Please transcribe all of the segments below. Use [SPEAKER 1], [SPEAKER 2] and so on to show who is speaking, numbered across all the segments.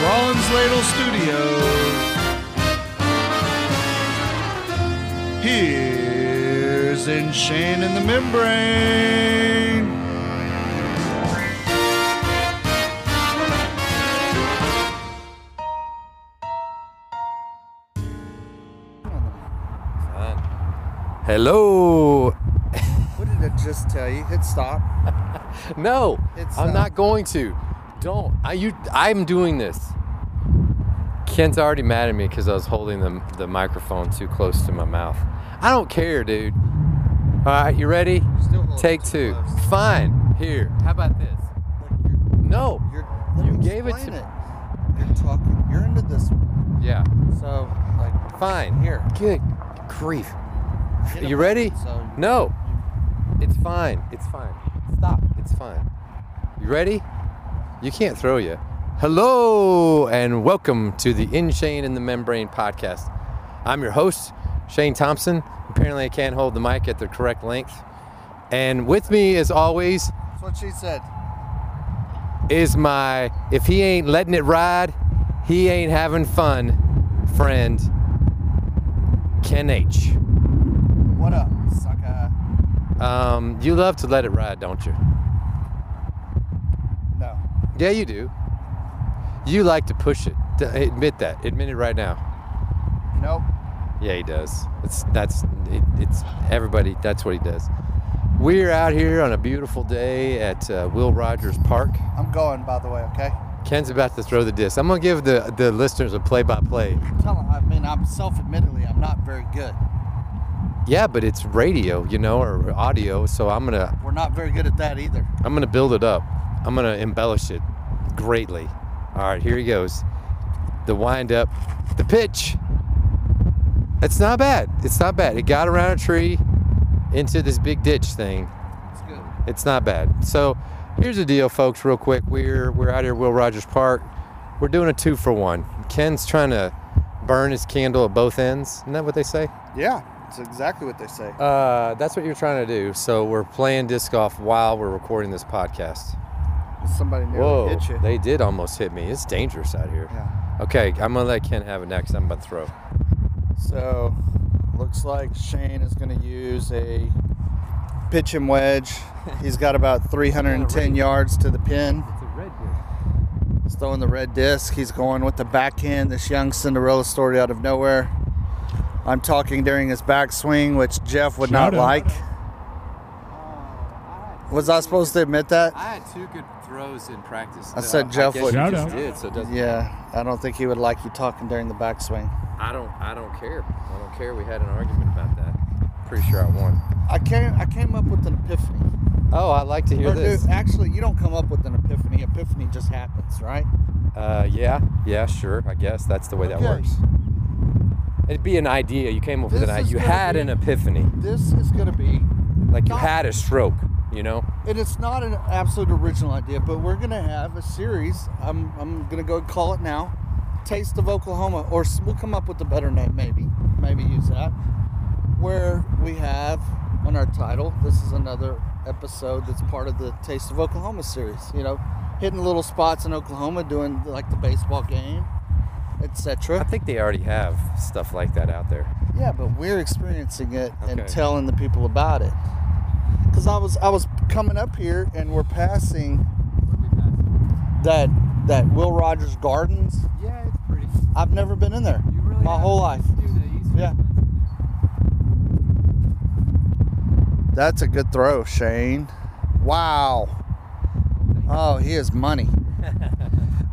[SPEAKER 1] John's Ladle Studio. Here's in Shane in the membrane.
[SPEAKER 2] Hello.
[SPEAKER 3] What did I just tell you? Hit stop.
[SPEAKER 2] No,
[SPEAKER 3] It's,
[SPEAKER 2] I'm
[SPEAKER 3] uh,
[SPEAKER 2] not going to. Don't. I you. I'm doing this. Ken's already mad at me because I was holding the, the microphone too close to my mouth. I don't care, dude. All right, you ready?
[SPEAKER 3] Still hold it
[SPEAKER 2] Take
[SPEAKER 3] too
[SPEAKER 2] two.
[SPEAKER 3] close.
[SPEAKER 2] Fine. Here. How about this? No.
[SPEAKER 3] You're, let
[SPEAKER 2] You
[SPEAKER 3] me
[SPEAKER 2] gave it
[SPEAKER 3] explain
[SPEAKER 2] to-
[SPEAKER 3] You're talking. You're into this.
[SPEAKER 2] Yeah.
[SPEAKER 3] So like
[SPEAKER 2] Fine.
[SPEAKER 3] Here.
[SPEAKER 2] Good grief.
[SPEAKER 3] hit
[SPEAKER 2] You
[SPEAKER 3] him.
[SPEAKER 2] ready?
[SPEAKER 3] So
[SPEAKER 2] No. It's fine. It's fine. Stop. It's fine. You ready? You can't throw you. Hello and welcome to the In Shane and the Membrane podcast. I'm your host, Shane Thompson. Apparently, I can't hold the mic at the correct length. And with me, as always,
[SPEAKER 3] that's what she said.
[SPEAKER 2] is my if he ain't letting it ride, he ain't having fun friend, Ken H.
[SPEAKER 3] What up, sucker?
[SPEAKER 2] Um, you love to let it ride, don't you?
[SPEAKER 3] No.
[SPEAKER 2] Yeah, you do. You like to push it. D- Admit that. Admit it right now.
[SPEAKER 3] Nope.
[SPEAKER 2] Yeah, he does. It's that's it, it's everybody. That's what he does. We're out here on a beautiful day at uh, Will Rogers Park.
[SPEAKER 3] I'm going. By the way, okay.
[SPEAKER 2] Ken's about to throw the disc. I'm gonna give the the listeners a play-by-play.
[SPEAKER 3] Tell him. I mean, I'm self-admittedly, I'm not very good.
[SPEAKER 2] Yeah, but it's radio, you know, or audio. So I'm gonna
[SPEAKER 3] We're not very good at that either.
[SPEAKER 2] I'm gonna build it up. I'm gonna embellish it greatly. All right, here he goes. The wind up, the pitch. It's not bad. It's not bad. It got around a tree into this big ditch thing.
[SPEAKER 3] It's good.
[SPEAKER 2] It's not bad. So here's the deal, folks, real quick. We're we're out here at Will Rogers Park. We're doing a two for one. Ken's trying to burn his candle at both ends. Isn't that what they say?
[SPEAKER 3] Yeah. It's exactly what they say.
[SPEAKER 2] Uh, that's what you're trying to do. So we're playing disc golf while we're recording this podcast.
[SPEAKER 3] Somebody nearly
[SPEAKER 2] Whoa,
[SPEAKER 3] hit you.
[SPEAKER 2] they did almost hit me. It's dangerous out here.
[SPEAKER 3] yeah.
[SPEAKER 2] Okay, I'm gonna let Ken have it next. I'm about to throw.
[SPEAKER 3] So, looks like Shane is going to use a pitch and wedge. He's got about 310 yards to the pin.
[SPEAKER 2] It's a red
[SPEAKER 3] He's throwing the red disc. He's going with the backhand. This young Cinderella story out of nowhere. I'm talking during his backswing, which Jeff would not
[SPEAKER 1] Shout out.
[SPEAKER 3] like. Was Oh, I supposed to admit that?
[SPEAKER 2] I had two good throws in practice.
[SPEAKER 3] I said Jeff
[SPEAKER 2] guess
[SPEAKER 3] would-
[SPEAKER 2] you
[SPEAKER 1] Shout
[SPEAKER 2] just
[SPEAKER 1] out.
[SPEAKER 2] did, so it doesn't-
[SPEAKER 3] Yeah, I don't think he would like you talking during the backswing.
[SPEAKER 2] I don't. I don't care. I don't care. We had an argument about that. Pretty sure I won.
[SPEAKER 3] I came, I came up with an epiphany.
[SPEAKER 2] Oh, I like to hear
[SPEAKER 3] Or,
[SPEAKER 2] this.
[SPEAKER 3] dude, actually, you don't come up with an epiphany. Epiphany just happens, right?
[SPEAKER 2] Uh, yeah, yeah, sure. I guess that's the way that
[SPEAKER 3] Okay.
[SPEAKER 2] works. It'd be an idea. You came up with an
[SPEAKER 3] This
[SPEAKER 2] idea.
[SPEAKER 3] is
[SPEAKER 2] You
[SPEAKER 3] gonna
[SPEAKER 2] had
[SPEAKER 3] be-
[SPEAKER 2] an epiphany.
[SPEAKER 3] This is going to be
[SPEAKER 2] Like you
[SPEAKER 3] Not-
[SPEAKER 2] had a stroke. You know.
[SPEAKER 3] and it's not an absolute original idea, but we're gonna have a series. I'm I'm gonna go call it now, Taste of Oklahoma, or s- we'll come up with a better name, maybe, maybe use that. Where we have on our title, this is another episode that's part of the Taste of Oklahoma series. You know, hitting little spots in Oklahoma, doing like the baseball game,
[SPEAKER 2] I
[SPEAKER 3] etc.
[SPEAKER 2] think they already have stuff like that out there.
[SPEAKER 3] Yeah, but we're experiencing it
[SPEAKER 2] Okay.
[SPEAKER 3] and telling the people about it. Cause I was I was coming up here and we're passing that that Will Rogers Gardens.
[SPEAKER 2] Yeah, it's pretty.
[SPEAKER 3] I've never been in there my whole life. Yeah. That's a good throw, Shane. Wow. Oh, he is money.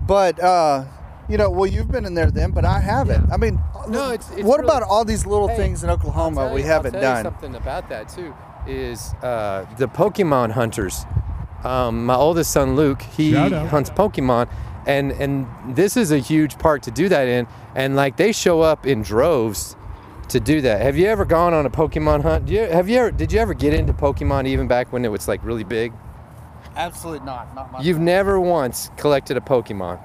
[SPEAKER 3] but uh, you know, well, you've been in there then, but I haven't.
[SPEAKER 2] Yeah.
[SPEAKER 3] I mean, uh,
[SPEAKER 2] No, it's- it's
[SPEAKER 3] what
[SPEAKER 2] really-
[SPEAKER 3] about all these little
[SPEAKER 2] Hey,
[SPEAKER 3] things in Oklahoma we haven't
[SPEAKER 2] i
[SPEAKER 3] done?
[SPEAKER 2] something about that too is uh, the Pokemon hunters. Um, my oldest son Luke, he
[SPEAKER 1] Shout out.
[SPEAKER 2] hunts Pokemon, and and this is a huge park to do that in. And like they show up in droves to do that. Have you ever gone on a Pokemon hunt? Do you, have you ever? Did you ever get into Pokemon even back when it was like really big?
[SPEAKER 3] Absolutely not. Not my.
[SPEAKER 2] You've never once collected a Pokemon.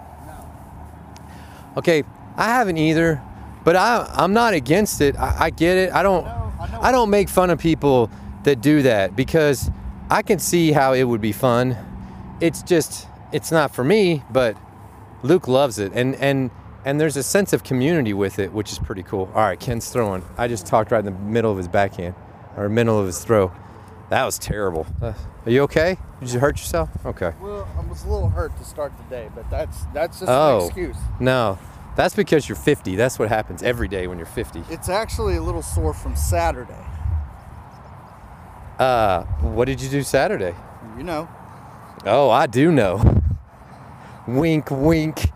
[SPEAKER 2] Okay, I haven't either, but I I'm not against it. I, I get it. I don't
[SPEAKER 3] No, I know.
[SPEAKER 2] I don't make fun of people that do that because I can see how it would be fun. It's just it's not for me, but Luke loves it, and and and there's a sense of community with it, which is pretty cool. All right, Ken's throwing. I just talked right in the middle of his backhand, or middle of his throw. That was terrible. Uh, Are you okay? Did you hurt yourself? Okay.
[SPEAKER 3] Well, I was a little hurt to start the day, but that's that's just an
[SPEAKER 2] Oh.
[SPEAKER 3] excuse.
[SPEAKER 2] No, that's because you're 50. That's what happens every day when you're 50.
[SPEAKER 3] It's actually a little sore from Saturday.
[SPEAKER 2] Uh, what did you do Saturday?
[SPEAKER 3] You know,
[SPEAKER 2] Oh, I do know. wink, wink.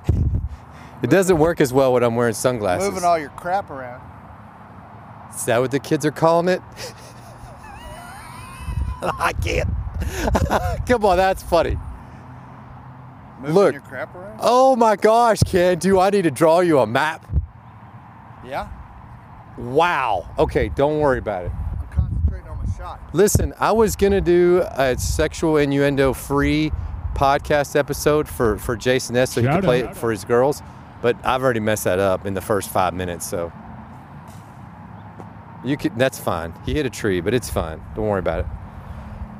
[SPEAKER 2] It doesn't work as well when I'm wearing sunglasses.
[SPEAKER 3] moving all your crap around.
[SPEAKER 2] Is that what the kids are calling it? I can't. Come on, that's funny.
[SPEAKER 3] Moving
[SPEAKER 2] Look.
[SPEAKER 3] your crap around.
[SPEAKER 2] Oh my gosh, Ken, do I need to draw you a map?
[SPEAKER 3] Yeah.
[SPEAKER 2] Wow. Okay, don't worry about it.
[SPEAKER 3] I'm concentrating on my shot.
[SPEAKER 2] Listen, I was gonna do a sexual innuendo free podcast episode for for Jason S so he
[SPEAKER 4] Shout
[SPEAKER 2] could play
[SPEAKER 4] out.
[SPEAKER 2] it for his girls, but I've already messed that up in the first five minutes, so you could that's fine. He hit a tree, but it's fine. Don't worry about it.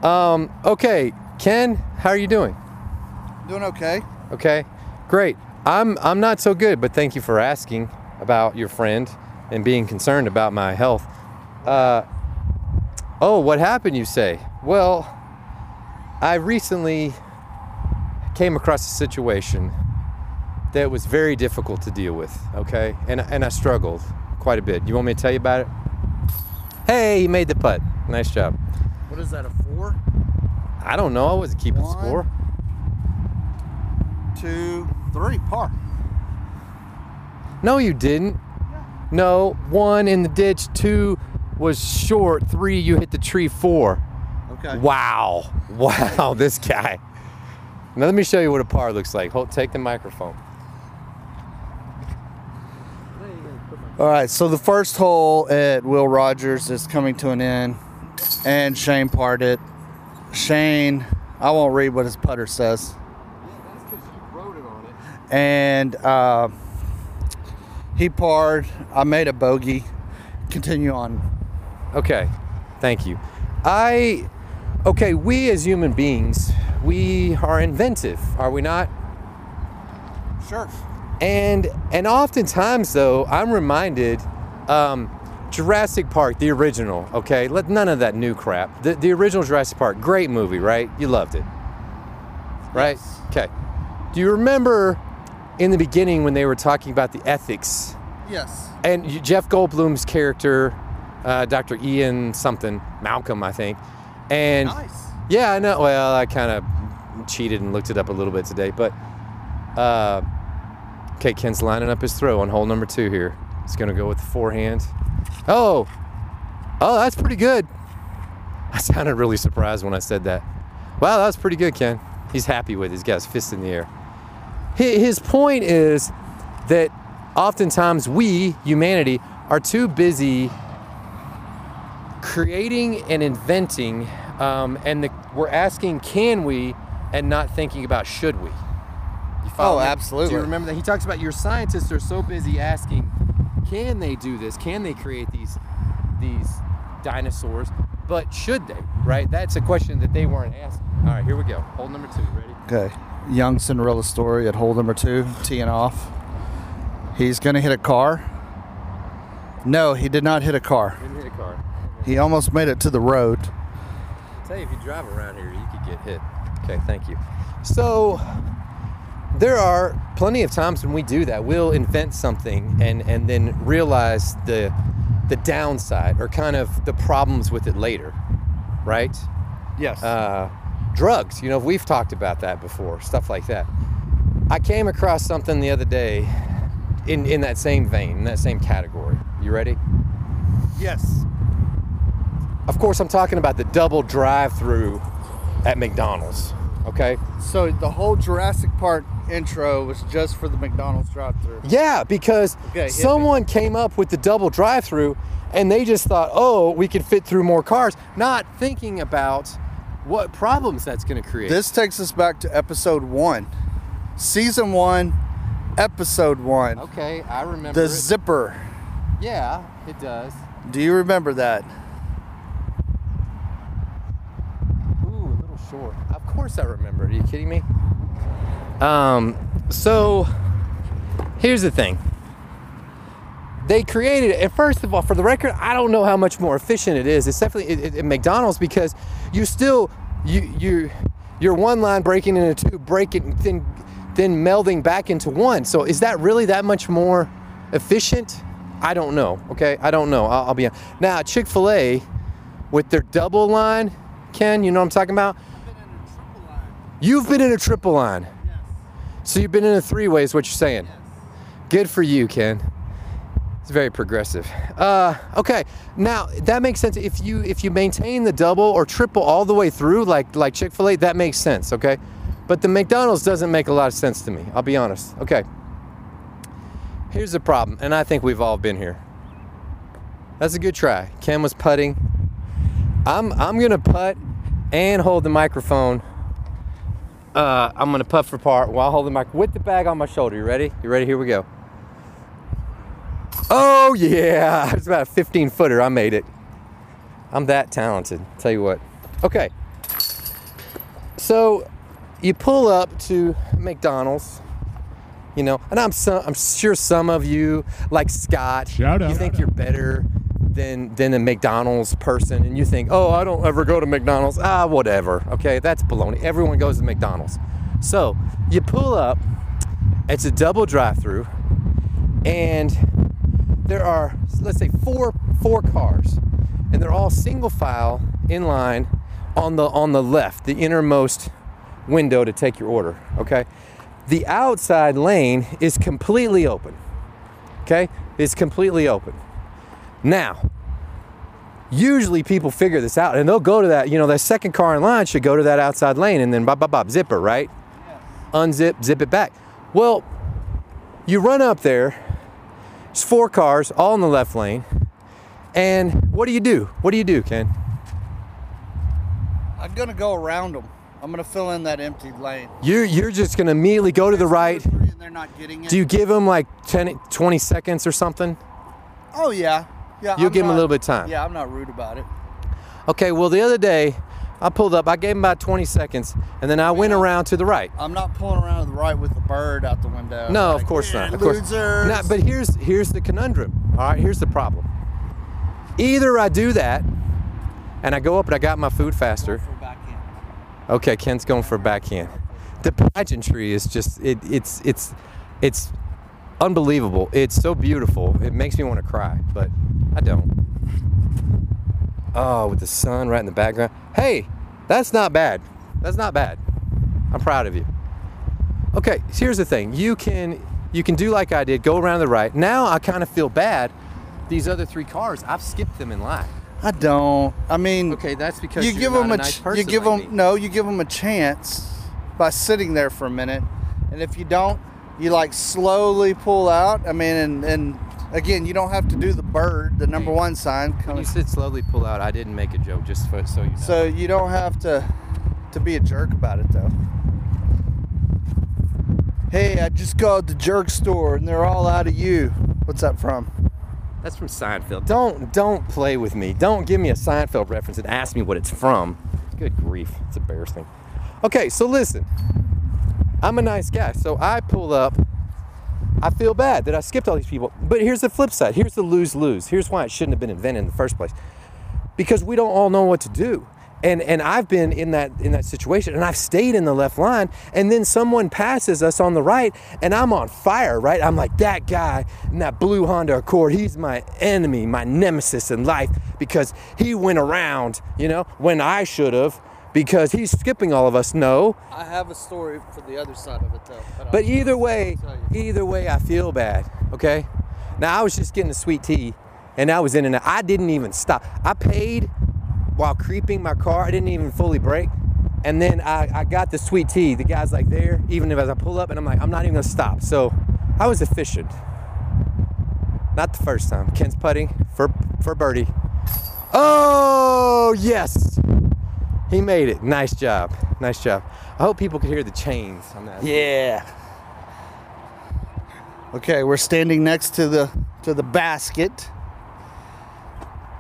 [SPEAKER 2] Um, okay, Ken, how are you doing?
[SPEAKER 3] Doing okay.
[SPEAKER 2] Okay, great. I'm I'm not so good, but thank you for asking about your friend and being concerned about my health. Uh, oh, what happened? You say? Well, I recently came across a situation that was very difficult to deal with. Okay, and and I struggled quite a bit. You want me to tell you about it? Hey, he made the putt. Nice job.
[SPEAKER 3] What is that? A four,
[SPEAKER 2] I don't know. I wasn't keeping
[SPEAKER 3] One.
[SPEAKER 2] score.
[SPEAKER 3] two, three, par.
[SPEAKER 2] No, you didn't. No, one in the ditch, two was short, three, you hit the tree, four.
[SPEAKER 3] Okay.
[SPEAKER 2] Wow. Wow, this guy. Now, let me show you what a par looks like. Hold, take the microphone.
[SPEAKER 3] All right, so the first hole at Will Rogers is coming to an end, and Shane parred it. Shane, I won't read what his putter says. And uh, he parred. I made a bogey. Continue on.
[SPEAKER 2] Okay, thank you. I, okay, we as human beings, we are inventive, are we not?
[SPEAKER 3] Sure.
[SPEAKER 2] And and oftentimes though, I'm reminded, um, Jurassic Park, the original. Okay, let none of that new crap. The the original Jurassic Park, great movie, right? You loved it, right? Okay. Do you remember in the beginning when they were talking about the ethics
[SPEAKER 3] Yes.
[SPEAKER 2] and you- Jeff Goldblum's character, uh, Dr. Ian something, Malcolm, I think, and
[SPEAKER 3] Nice.
[SPEAKER 2] yeah, I know. Well, I kind of cheated and looked it up a little bit today, but uh, okay, Ken's lining up his throw on hole number two here. He's gonna go with the forehand. Oh, oh, that's pretty good. I sounded really surprised when I said that. Wow, that was pretty good, Ken. He's happy with it. He's got his fist in the air. Hi- His point is that oftentimes we, humanity, are too busy creating and inventing, um, and the, we're asking, can we, and not thinking about should we. You follow
[SPEAKER 3] Oh,
[SPEAKER 2] me? Do
[SPEAKER 3] absolutely.
[SPEAKER 2] you remember that? He talks about your scientists are so busy asking, can they do this? Can they create these these dinosaurs? But should they? Right? That's a question that they weren't asking. All right, here we go. Hole number two. Ready?
[SPEAKER 3] Okay. Young Cinderella story at hole number two, teeing off. He's going to hit a car. No, he did not hit a car.
[SPEAKER 2] Didn't hit a car.
[SPEAKER 3] He almost made it to the road.
[SPEAKER 2] Tell you, if you drive around here, you could get hit. Okay, thank you. So there are plenty of times when we do that. We'll invent something and and then realize the the downside or kind of the problems with it later, right?
[SPEAKER 3] Yes.
[SPEAKER 2] Uh, drugs. You know, we've talked about that before. Stuff like that. I came across something the other day in in that same vein, in that same category. You ready?
[SPEAKER 3] yes.
[SPEAKER 2] Of course, I'm talking about the double drive-through at McDonald's. Okay.
[SPEAKER 3] So the whole Jurassic Park intro was just for the McDonald's drive-through.
[SPEAKER 2] Yeah, because
[SPEAKER 3] Okay, hit me.
[SPEAKER 2] someone came up with the double drive through and they just thought, oh, we could fit through more cars, not thinking about what problems that's going to create.
[SPEAKER 3] This takes us back to episode one, season one, episode one.
[SPEAKER 2] okay, I remember.
[SPEAKER 3] The
[SPEAKER 2] it.
[SPEAKER 3] zipper.
[SPEAKER 2] yeah, it does.
[SPEAKER 3] Do you remember that?
[SPEAKER 2] Ooh, a little short. Of course I remember. it. Are you kidding me? Um, so Here's the thing. They created it, and first of all, for the record, I don't know how much more efficient it is. It's definitely at, at McDonald's because you still you you you're one line breaking into two, breaking then then melding back into one. So is that really that much more efficient? I don't know. Okay, I don't know. I'll, I'll be now Chick Fil A with their double line. Ken, you know what I'm talking about. You've been in a triple line. So you've been in a three way, is what you're saying. Good for you, Ken. It's very progressive. Uh, okay, now that makes sense. If you if you maintain the double or triple all the way through, like like Chick Fil A, that makes sense. Okay, but the McDonald's doesn't make a lot of sense to me. I'll be honest. Okay, here's the problem, and I think we've all been here. That's a good try. Ken was putting. I'm I'm gonna putt and hold the microphone uh, I'm gonna puff for part while holding my with the bag on my shoulder. You ready? You ready? Here we go. Oh yeah, it's about a 15 footer. I made it. I'm that talented. Tell you what. Okay. So you pull up to McDonald's, you know, and I'm some, I'm sure some of you like Scott.
[SPEAKER 4] Shout out.
[SPEAKER 2] You think you're better than than a McDonald's person, and you think, oh, I don't ever go to McDonald's. Ah, whatever. Okay, that's baloney. Everyone goes to McDonald's. So you pull up. It's a double drive-through, and there are let's say four four cars and they're all single file in line on the on the left the innermost window to take your order okay the outside lane is completely open okay it's completely open now usually people figure this out and they'll go to that you know that second car in line should go to that outside lane and then bop bop bop zipper right unzip zip it back well you run up there it's four cars, all in the left lane. And what do you do? What do you do, Ken?
[SPEAKER 3] I'm gonna go around them. I'm gonna fill in that empty lane.
[SPEAKER 2] You're, you're just going to immediately go to the right.
[SPEAKER 3] And they're not getting it.
[SPEAKER 2] Do you give them like 10, 20 seconds or something?
[SPEAKER 3] Oh yeah, yeah.
[SPEAKER 2] You'll
[SPEAKER 3] I'm
[SPEAKER 2] give 'em a
[SPEAKER 3] not-
[SPEAKER 2] little bit of time.
[SPEAKER 3] Yeah, I'm not rude about it.
[SPEAKER 2] Okay, well, the other day I pulled up, I gave him about 20 seconds, and then I went around to the right.
[SPEAKER 3] I'm not pulling around to the right with the bird out the window.
[SPEAKER 2] No,
[SPEAKER 3] Like,
[SPEAKER 2] of course
[SPEAKER 3] "Yeah,
[SPEAKER 2] not. Of course.
[SPEAKER 3] losers."
[SPEAKER 2] Not, but here's here's the conundrum. All right, here's the problem. Either I do that and I go up and I got my food faster.
[SPEAKER 3] For backhand.
[SPEAKER 2] Okay, Ken's going for a backhand. The pageantry is just it, it's it's it's unbelievable. It's so beautiful. It makes me want to cry, but I don't. Oh, with the sun right in the background. Hey, that's not bad. That's not bad. I'm proud of you. Okay, so here's the thing. You can you can do like I did, go around the right. Now I kind of feel bad. These other three cars, I've skipped them in line.
[SPEAKER 3] I don't. I mean,
[SPEAKER 2] Okay, that's because
[SPEAKER 3] you
[SPEAKER 2] you're
[SPEAKER 3] give
[SPEAKER 2] not
[SPEAKER 3] them
[SPEAKER 2] a,
[SPEAKER 3] a,
[SPEAKER 2] nice
[SPEAKER 3] ch-
[SPEAKER 2] person
[SPEAKER 3] you give
[SPEAKER 2] like me.
[SPEAKER 3] them no, you give them a chance by sitting there for a minute, and if you don't, you like slowly pull out. I mean, and and again, you don't have to do the bird, the number one sign.
[SPEAKER 2] When you
[SPEAKER 3] Coming,
[SPEAKER 2] said slowly pull out, I didn't make a joke, just for, so you know.
[SPEAKER 3] so you don't have to to be a jerk about it though. Hey, I just called the jerk store, and they're all out of you. What's that from?
[SPEAKER 2] That's from Seinfeld. Don't don't play with me. Don't give me a Seinfeld reference and ask me what it's from. Good grief, it's embarrassing. Okay, so listen. I'm a nice guy, so I pull up. I feel bad that I skipped all these people. But here's the flip side. Here's the lose lose. Here's why it shouldn't have been invented in the first place. Because we don't all know what to do. And and I've been in that in that situation and I've stayed in the left line and then someone passes us on the right and I'm on fire, right? I'm like that guy in that blue Honda Accord, he's my enemy, my nemesis in life because he went around, you know, when I should have because he's skipping all of us. No,
[SPEAKER 3] I have a story for the other side of it though.
[SPEAKER 2] but either way,
[SPEAKER 3] Tell
[SPEAKER 2] either way, I feel bad. Okay. Now I was just getting a sweet tea, and I was in and out. I didn't even stop. I paid while creeping my car. I didn't even fully brake, and then I, I got the sweet tea. The guy's like there, even if as I pull up, and I'm like, I'm not even gonna stop. So I was efficient. Not the first time. Ken's putting for for birdie. Oh yes, he made it. Nice job. Nice job. I hope people could hear the chains on that.
[SPEAKER 3] Yeah. Okay, we're standing next to the to the basket.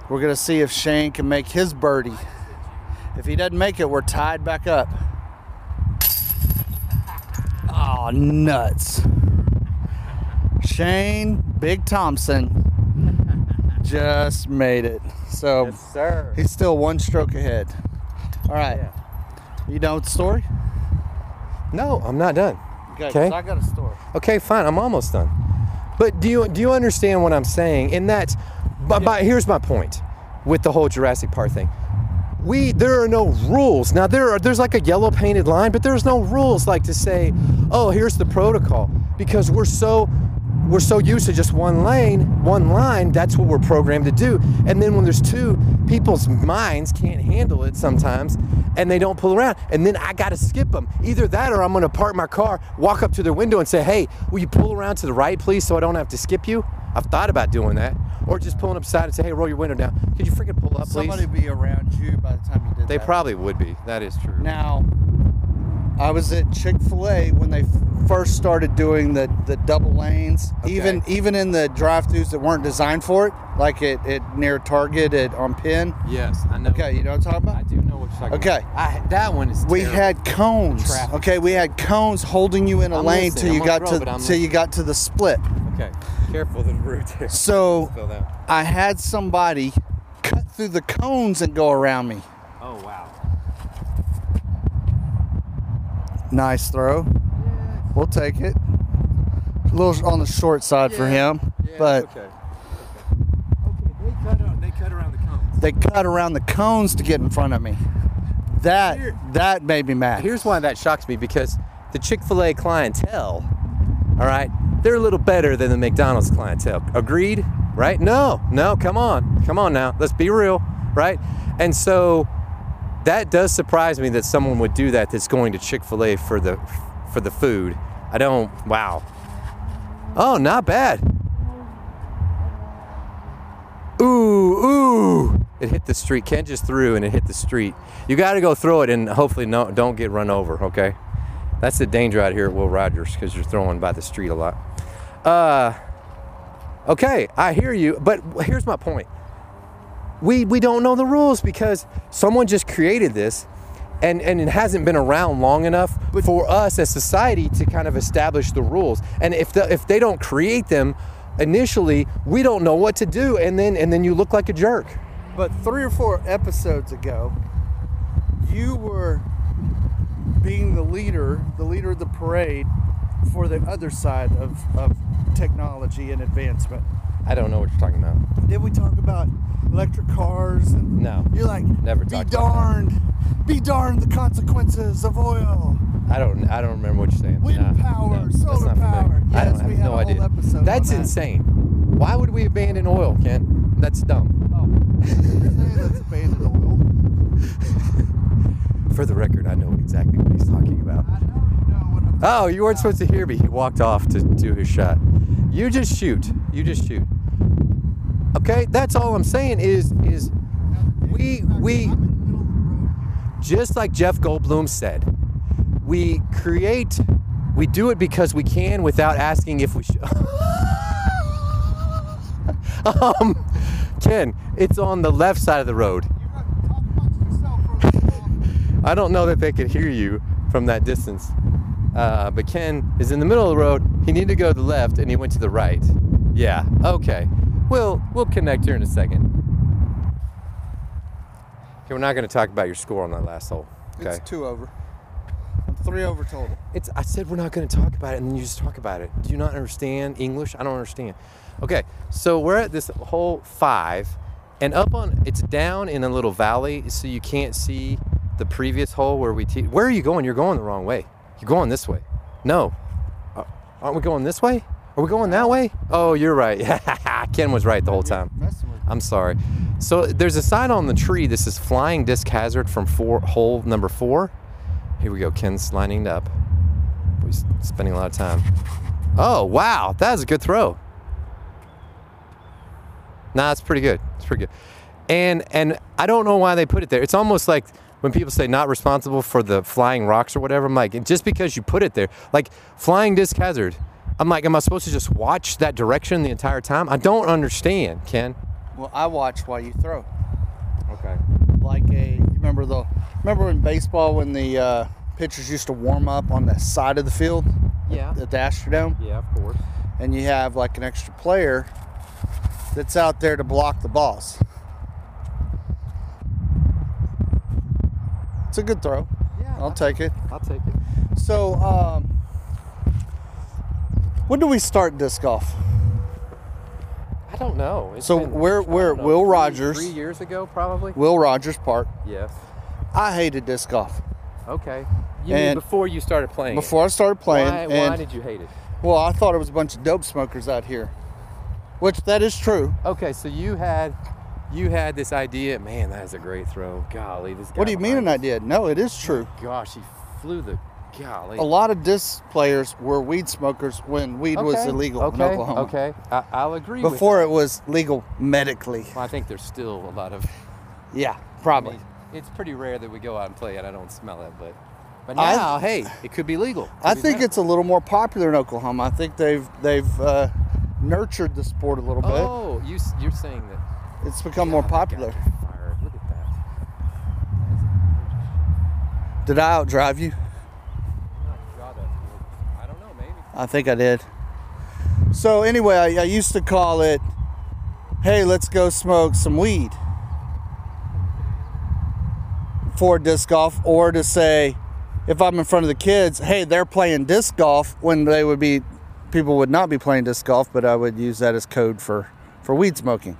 [SPEAKER 3] We're gonna see if Shane can make his birdie. If he doesn't make it, we're tied back up. Oh nuts. Shane Big Thompson just made it. So
[SPEAKER 2] sir.
[SPEAKER 3] he's still one stroke ahead. All right.
[SPEAKER 2] Yeah.
[SPEAKER 3] You done with the story?
[SPEAKER 2] No, I'm not done.
[SPEAKER 3] Good,
[SPEAKER 2] 'Kay.
[SPEAKER 3] 'cause I got a story.
[SPEAKER 2] Okay, fine. I'm almost done. But do you do you understand what I'm saying? In that, but, but here's my point with the whole Jurassic Park thing. We there are no rules now. There are there's like a yellow painted line, but there's no rules like to say, oh, here's the protocol because we're so we're so used to just one lane, one line. That's what we're programmed to do. And then when there's two, people's minds can't handle it sometimes, and they don't pull around. And then I gotta skip them. Either that, or I'm gonna park my car, walk up to their window, and say, "Hey, will you pull around to the right, please, so I don't have to skip you?" I've thought about doing that, or just pulling up side and say, "Hey, roll your window down. Could you freaking pull up, Uh, please?"
[SPEAKER 3] Somebody be around you by the time you did
[SPEAKER 2] they
[SPEAKER 3] that.
[SPEAKER 2] probably would be. That is true.
[SPEAKER 3] Now, I was at Chick Fil A when they f- first started doing the, the double lanes. Even
[SPEAKER 2] Okay.
[SPEAKER 3] even in the drive-throughs that weren't designed for it, like it, it near Target at on Penn.
[SPEAKER 2] yes, I know.
[SPEAKER 3] Okay, you know what I'm talking about?
[SPEAKER 2] do know what you're talking
[SPEAKER 3] Okay.
[SPEAKER 2] I, that one is.
[SPEAKER 3] We
[SPEAKER 2] terrible.
[SPEAKER 3] had cones.
[SPEAKER 2] Traffic.
[SPEAKER 3] Okay, we had cones holding you in a
[SPEAKER 2] I'm
[SPEAKER 3] lane
[SPEAKER 2] listening.
[SPEAKER 3] till you
[SPEAKER 2] I'm on
[SPEAKER 3] got
[SPEAKER 2] the road, but I'm
[SPEAKER 3] to till you got to the split.
[SPEAKER 2] Okay, careful the route. here.
[SPEAKER 3] So
[SPEAKER 2] Spell that.
[SPEAKER 3] I had somebody cut through the cones and go around me.
[SPEAKER 2] Oh wow.
[SPEAKER 3] Nice throw. We'll take it. A little on the short side for him, but
[SPEAKER 2] okay. They cut, out, they cut around the cones.
[SPEAKER 3] they cut around the cones to get in front of me. That
[SPEAKER 2] Here-
[SPEAKER 3] that made me mad.
[SPEAKER 2] Here's why that shocks me because the Chick fil A clientele, all right, they're a little better than the McDonald's clientele. Agreed? Right? No, no, come on. Come on now. Let's be real, right? And so that does surprise me that someone would do that that's going to Chick fil A for the, for the food. I don't, wow. Oh, not bad. Ooh, ooh. It hit the street. Ken just threw and it hit the street. You got to go throw it and hopefully no, don't get run over, okay? That's the danger out here at Will Rogers because you're throwing by the street a lot. Uh, okay, I hear you, but here's my point. We, we don't know the rules because someone just created this and, and it hasn't been around long enough for us as society to kind of establish the rules. And if, the, if they don't create them initially, we don't know what to do. And then, and then you look like a jerk.
[SPEAKER 3] But three or four episodes ago, you were being the leader, the leader of the parade for the other side of, of technology and advancement.
[SPEAKER 2] I don't know what you're talking about.
[SPEAKER 3] Did we talk about electric cars? And
[SPEAKER 2] No.
[SPEAKER 3] You're like,
[SPEAKER 2] Never
[SPEAKER 3] be
[SPEAKER 2] talked about that."
[SPEAKER 3] darned, be darned the consequences of oil.
[SPEAKER 2] I don't. I don't remember what you're saying.
[SPEAKER 3] Wind power,
[SPEAKER 2] that's
[SPEAKER 3] solar
[SPEAKER 2] not familiar.
[SPEAKER 3] power.
[SPEAKER 2] I don't
[SPEAKER 3] Yes, we
[SPEAKER 2] have
[SPEAKER 3] had
[SPEAKER 2] no
[SPEAKER 3] a whole
[SPEAKER 2] idea.
[SPEAKER 3] episode
[SPEAKER 2] That's
[SPEAKER 3] on that.
[SPEAKER 2] insane. Why would we abandon oil, Ken? That's dumb.
[SPEAKER 3] Oh, that's abandoned oil.
[SPEAKER 2] For the record, I know exactly what he's talking about.
[SPEAKER 3] I know you know what I'm
[SPEAKER 2] Oh, you weren't supposed to hear me. He walked off to do his shot. You just shoot. You just shoot. Okay, that's all I'm saying is is we we
[SPEAKER 3] I'm in the middle of the road here.
[SPEAKER 2] just like Jeff Goldblum said, we create, we do it because we can without asking if we should. um, Ken, it's on the left side of the road.
[SPEAKER 3] You're not talking amongst yourself for a little while.
[SPEAKER 2] I don't know that they could hear you from that distance. Uh, but Ken is in the middle of the road. He needed to go to the left and he went to the right. Yeah, okay. We'll, we'll connect here in a second. Okay, we're not going to talk about your score on that last hole. Okay.
[SPEAKER 3] It's two over. I'm three over total.
[SPEAKER 2] It's. I said we're not going to talk about it, and then you just talk about it. Do you not understand English? I don't understand. Okay, so we're at this hole five, and up on it's down in a little valley, so you can't see the previous hole where we. Te- where are you going? You're going the wrong way. You're going this way. No, Uh, aren't we going this way? Are we going that way? Oh, you're right. Ken was right the whole time.
[SPEAKER 3] Messing with
[SPEAKER 2] I'm sorry. So there's a sign on the tree. This is flying disc hazard from four, hole number four. Here we go. Ken's lining it up. He's spending a lot of time. Oh wow, that was a good throw. Nah, it's pretty good. It's pretty good. And and I don't know why they put it there. It's almost like when people say not responsible for the flying rocks or whatever. I'm like, just because you put it there, like flying disc hazard. I'm like, am I supposed to just watch that direction the entire time? I don't understand, Ken.
[SPEAKER 3] Well, I watch while you throw.
[SPEAKER 2] Okay.
[SPEAKER 3] Like a you remember the remember in baseball when the uh, pitchers used to warm up on the side of the field
[SPEAKER 2] Yeah.
[SPEAKER 3] at the Astrodome.
[SPEAKER 2] Yeah, of course.
[SPEAKER 3] and you have like an extra player that's out there to block the balls. It's a good throw.
[SPEAKER 2] Yeah,
[SPEAKER 3] I'll take it.
[SPEAKER 2] I'll take it.
[SPEAKER 3] So, um, when do we start disc golf?
[SPEAKER 2] I don't know. It's
[SPEAKER 3] So
[SPEAKER 2] been-
[SPEAKER 3] we're-
[SPEAKER 2] I don't
[SPEAKER 3] we're at
[SPEAKER 2] know,
[SPEAKER 3] Will
[SPEAKER 2] three-
[SPEAKER 3] Rogers.
[SPEAKER 2] Three years ago, probably.
[SPEAKER 3] Will Rogers Park.
[SPEAKER 2] Yes.
[SPEAKER 3] I hated disc golf
[SPEAKER 2] Okay. You mean
[SPEAKER 3] And-
[SPEAKER 2] before you started playing? it.
[SPEAKER 3] before I started playing.
[SPEAKER 2] Why,
[SPEAKER 3] and
[SPEAKER 2] why did you hate it?
[SPEAKER 3] Well, I thought it was a bunch of dope smokers out here, which that is true.
[SPEAKER 2] Okay, so you had you had this idea. Man, that is a great throw. Golly, this. Guy
[SPEAKER 3] What do you mean an
[SPEAKER 2] behind us-
[SPEAKER 3] idea? No, it is true.
[SPEAKER 2] Gosh, he flew the. Golly.
[SPEAKER 3] A lot of disc players were weed smokers when weed was
[SPEAKER 2] Okay,
[SPEAKER 3] illegal
[SPEAKER 2] Okay.
[SPEAKER 3] in Oklahoma.
[SPEAKER 2] Okay. I, I'll agree. with
[SPEAKER 3] Before
[SPEAKER 2] that.
[SPEAKER 3] it was legal medically.
[SPEAKER 2] Well, I think there's still a lot of.
[SPEAKER 3] Yeah,
[SPEAKER 2] I
[SPEAKER 3] probably.
[SPEAKER 2] mean, it's pretty rare that we go out and play it. I don't smell it, but. But
[SPEAKER 3] I-
[SPEAKER 2] now, hey, it could be legal. Could
[SPEAKER 3] I
[SPEAKER 2] be
[SPEAKER 3] think
[SPEAKER 2] medical.
[SPEAKER 3] it's a little more popular in Oklahoma. I think they've they've uh, nurtured the sport a little bit.
[SPEAKER 2] Oh, you s- you're saying that.
[SPEAKER 3] It's become more
[SPEAKER 2] Oh, God,
[SPEAKER 3] popular.
[SPEAKER 2] you're fired. Look at that.
[SPEAKER 3] Did I outdrive you?
[SPEAKER 2] I don't know, maybe.
[SPEAKER 3] I think I did. So anyway, I, I used to call it, "Hey, let's go smoke some weed." For disc golf, or to say, if I'm in front of the kids, "Hey, they're playing disc golf," when they would be, people would not be playing disc golf, but I would use that as code for for weed smoking.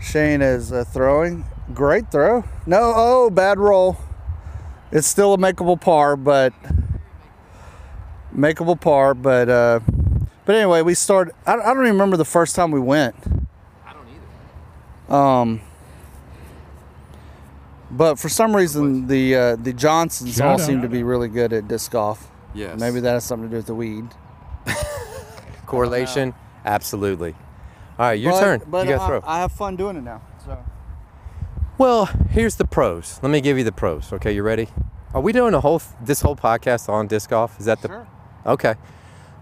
[SPEAKER 3] Shane is uh, throwing. Great throw. No, oh, bad roll. It's still a makeable par, but makeable par. But uh, but anyway, we started. I, I don't even remember the first time we went.
[SPEAKER 2] I don't either.
[SPEAKER 3] Um, but for some reason, the uh, the Johnsons all seem to be really good at disc golf.
[SPEAKER 2] Yes.
[SPEAKER 3] Maybe that has something to do with the weed.
[SPEAKER 2] Correlation? Absolutely. All right, your
[SPEAKER 3] But-
[SPEAKER 2] turn.
[SPEAKER 3] But uh,
[SPEAKER 2] you got to
[SPEAKER 3] I,
[SPEAKER 2] throw.
[SPEAKER 3] I have fun doing it now. So
[SPEAKER 2] well, here's the pros. Let me give you the pros. Okay, you ready? Are we doing a whole this whole podcast on disc golf? Is that the
[SPEAKER 3] Sure.
[SPEAKER 2] Okay.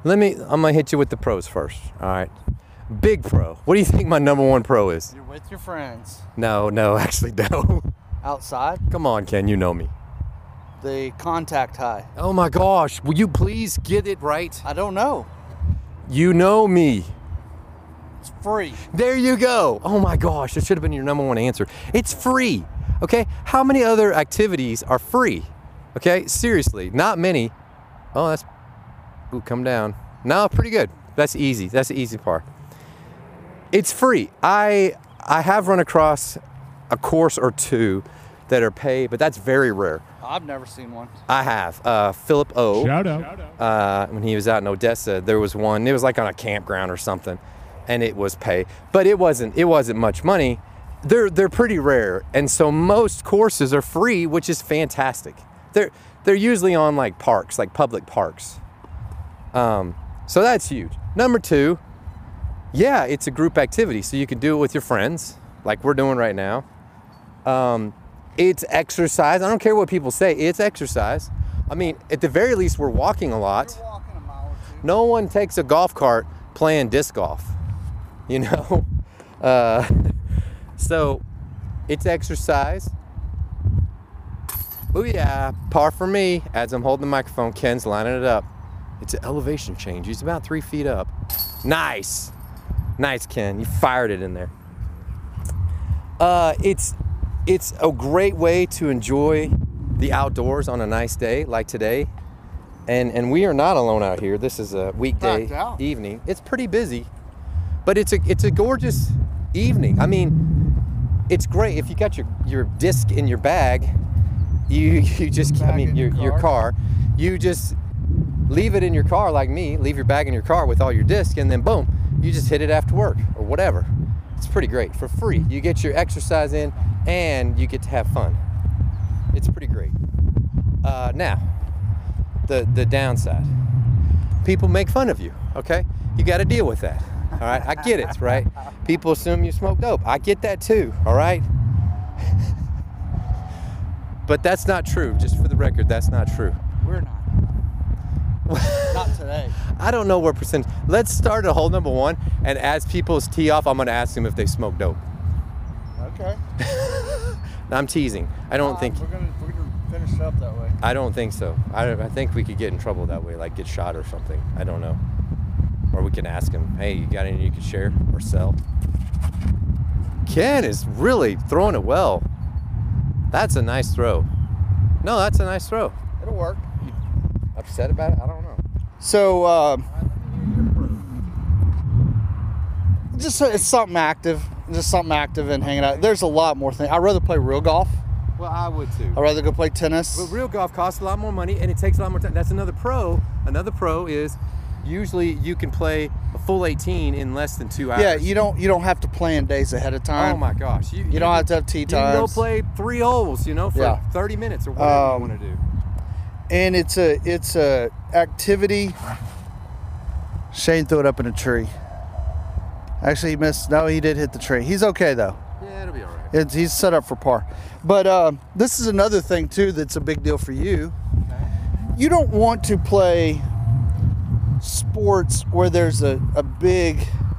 [SPEAKER 2] Let me I'm going to hit you with the pros first. All right. Big pro. What do you think my number one pro is?
[SPEAKER 3] you're with your friends
[SPEAKER 2] No, no, actually no.
[SPEAKER 3] outside.
[SPEAKER 2] Come on, Ken, you know me.
[SPEAKER 3] The contact high.
[SPEAKER 2] Oh my gosh, will you please get it right?
[SPEAKER 3] I don't know.
[SPEAKER 2] You know me.
[SPEAKER 3] It's free.
[SPEAKER 2] There you go. Oh my gosh, that should have been your number one answer. It's free. Okay? How many other activities are free? Okay? Seriously, not many. Oh, that's Ooh, come down. No, pretty good. That's easy. That's the easy part. It's free. I I have run across a course or two that are paid, but that's very rare.
[SPEAKER 3] I've never seen one.
[SPEAKER 2] I have. Uh, Philip O
[SPEAKER 4] Shout out.
[SPEAKER 2] uh, when he was out in Odessa, there was one. It was like on a campground or something, and it was pay, but it wasn't. It wasn't much money. They're they're pretty rare, and so most courses are free, which is fantastic. They're they're usually on like parks, like public parks. Um, so that's huge. Number two, yeah, it's a group activity, so you can do it with your friends, like we're doing right now. Um, it's exercise. I don't care what people say. It's exercise. I mean, at the very least, we're walking a lot.
[SPEAKER 3] Walking a mile or two.
[SPEAKER 2] No one takes a golf cart playing disc golf, you know. Uh, so, it's exercise. Oh yeah, par for me. As I'm holding the microphone, Ken's lining it up. It's an elevation change. He's about three feet up. Nice, nice, Ken. You fired it in there. Uh, it's it's a great way to enjoy the outdoors on a nice day like today, and and we are not alone out here. This is a weekday
[SPEAKER 3] Not doubt.
[SPEAKER 2] evening. It's pretty busy, but it's a it's a gorgeous evening. I mean, it's great if you got your your disc in your bag. You you just I
[SPEAKER 3] Bag
[SPEAKER 2] mean
[SPEAKER 3] in
[SPEAKER 2] your
[SPEAKER 3] your
[SPEAKER 2] your
[SPEAKER 3] car.
[SPEAKER 2] car, you just leave it in your car like me. Leave your bag in your car with all your disc, and then boom, you just hit it after work or whatever. It's pretty great for free. You get your exercise in, and you get to have fun. It's pretty great. Uh, now, the the downside people make fun of you. Okay, you got to deal with that. All right, I get it. Right, people assume you smoke dope. I get that too. All right, but that's not true. Just for the record, that's not true.
[SPEAKER 3] We're not. not today.
[SPEAKER 2] I don't know what percentage. Let's start at hole number one, and as people tee off, I'm gonna ask them if they smoke dope.
[SPEAKER 3] Okay.
[SPEAKER 2] I'm teasing. I don't think.
[SPEAKER 3] We're gonna we're gonna finish up that way.
[SPEAKER 2] I don't think so. I, I think we could get in trouble that way, like get shot or something. I don't know. Or we can ask him, hey, you got any you can share or sell? Ken is really throwing it well. That's a nice throw. No, that's a nice throw.
[SPEAKER 3] It'll work.
[SPEAKER 2] Upset about it? I don't know.
[SPEAKER 3] So, uh, just so- it's something active, just something active and hanging out. There's a lot more things. I'd rather play real golf.
[SPEAKER 2] Well, I would too.
[SPEAKER 3] I'd rather go play tennis.
[SPEAKER 2] But real golf costs a lot more money and it takes a lot more time. That's another pro. Another pro is usually you can play a full 18 in less than two hours.
[SPEAKER 3] yeah, you don't you don't have to plan days ahead of time.
[SPEAKER 2] Oh my gosh. You,
[SPEAKER 3] You don't have to have tee
[SPEAKER 2] You can go
[SPEAKER 3] times.
[SPEAKER 2] play three holes, you know, for
[SPEAKER 3] Yeah.
[SPEAKER 2] 30 minutes or whatever
[SPEAKER 3] Um,
[SPEAKER 2] you want to do.
[SPEAKER 3] and it's a it's a activity. Shane threw it up in a tree. Actually, he missed. No, he did hit the tree. He's okay though.
[SPEAKER 2] Yeah, it'll be all right.
[SPEAKER 3] It's, he's set up for par. But um, this is another thing too that's a big deal for you. You don't want to play sports where there's a, a big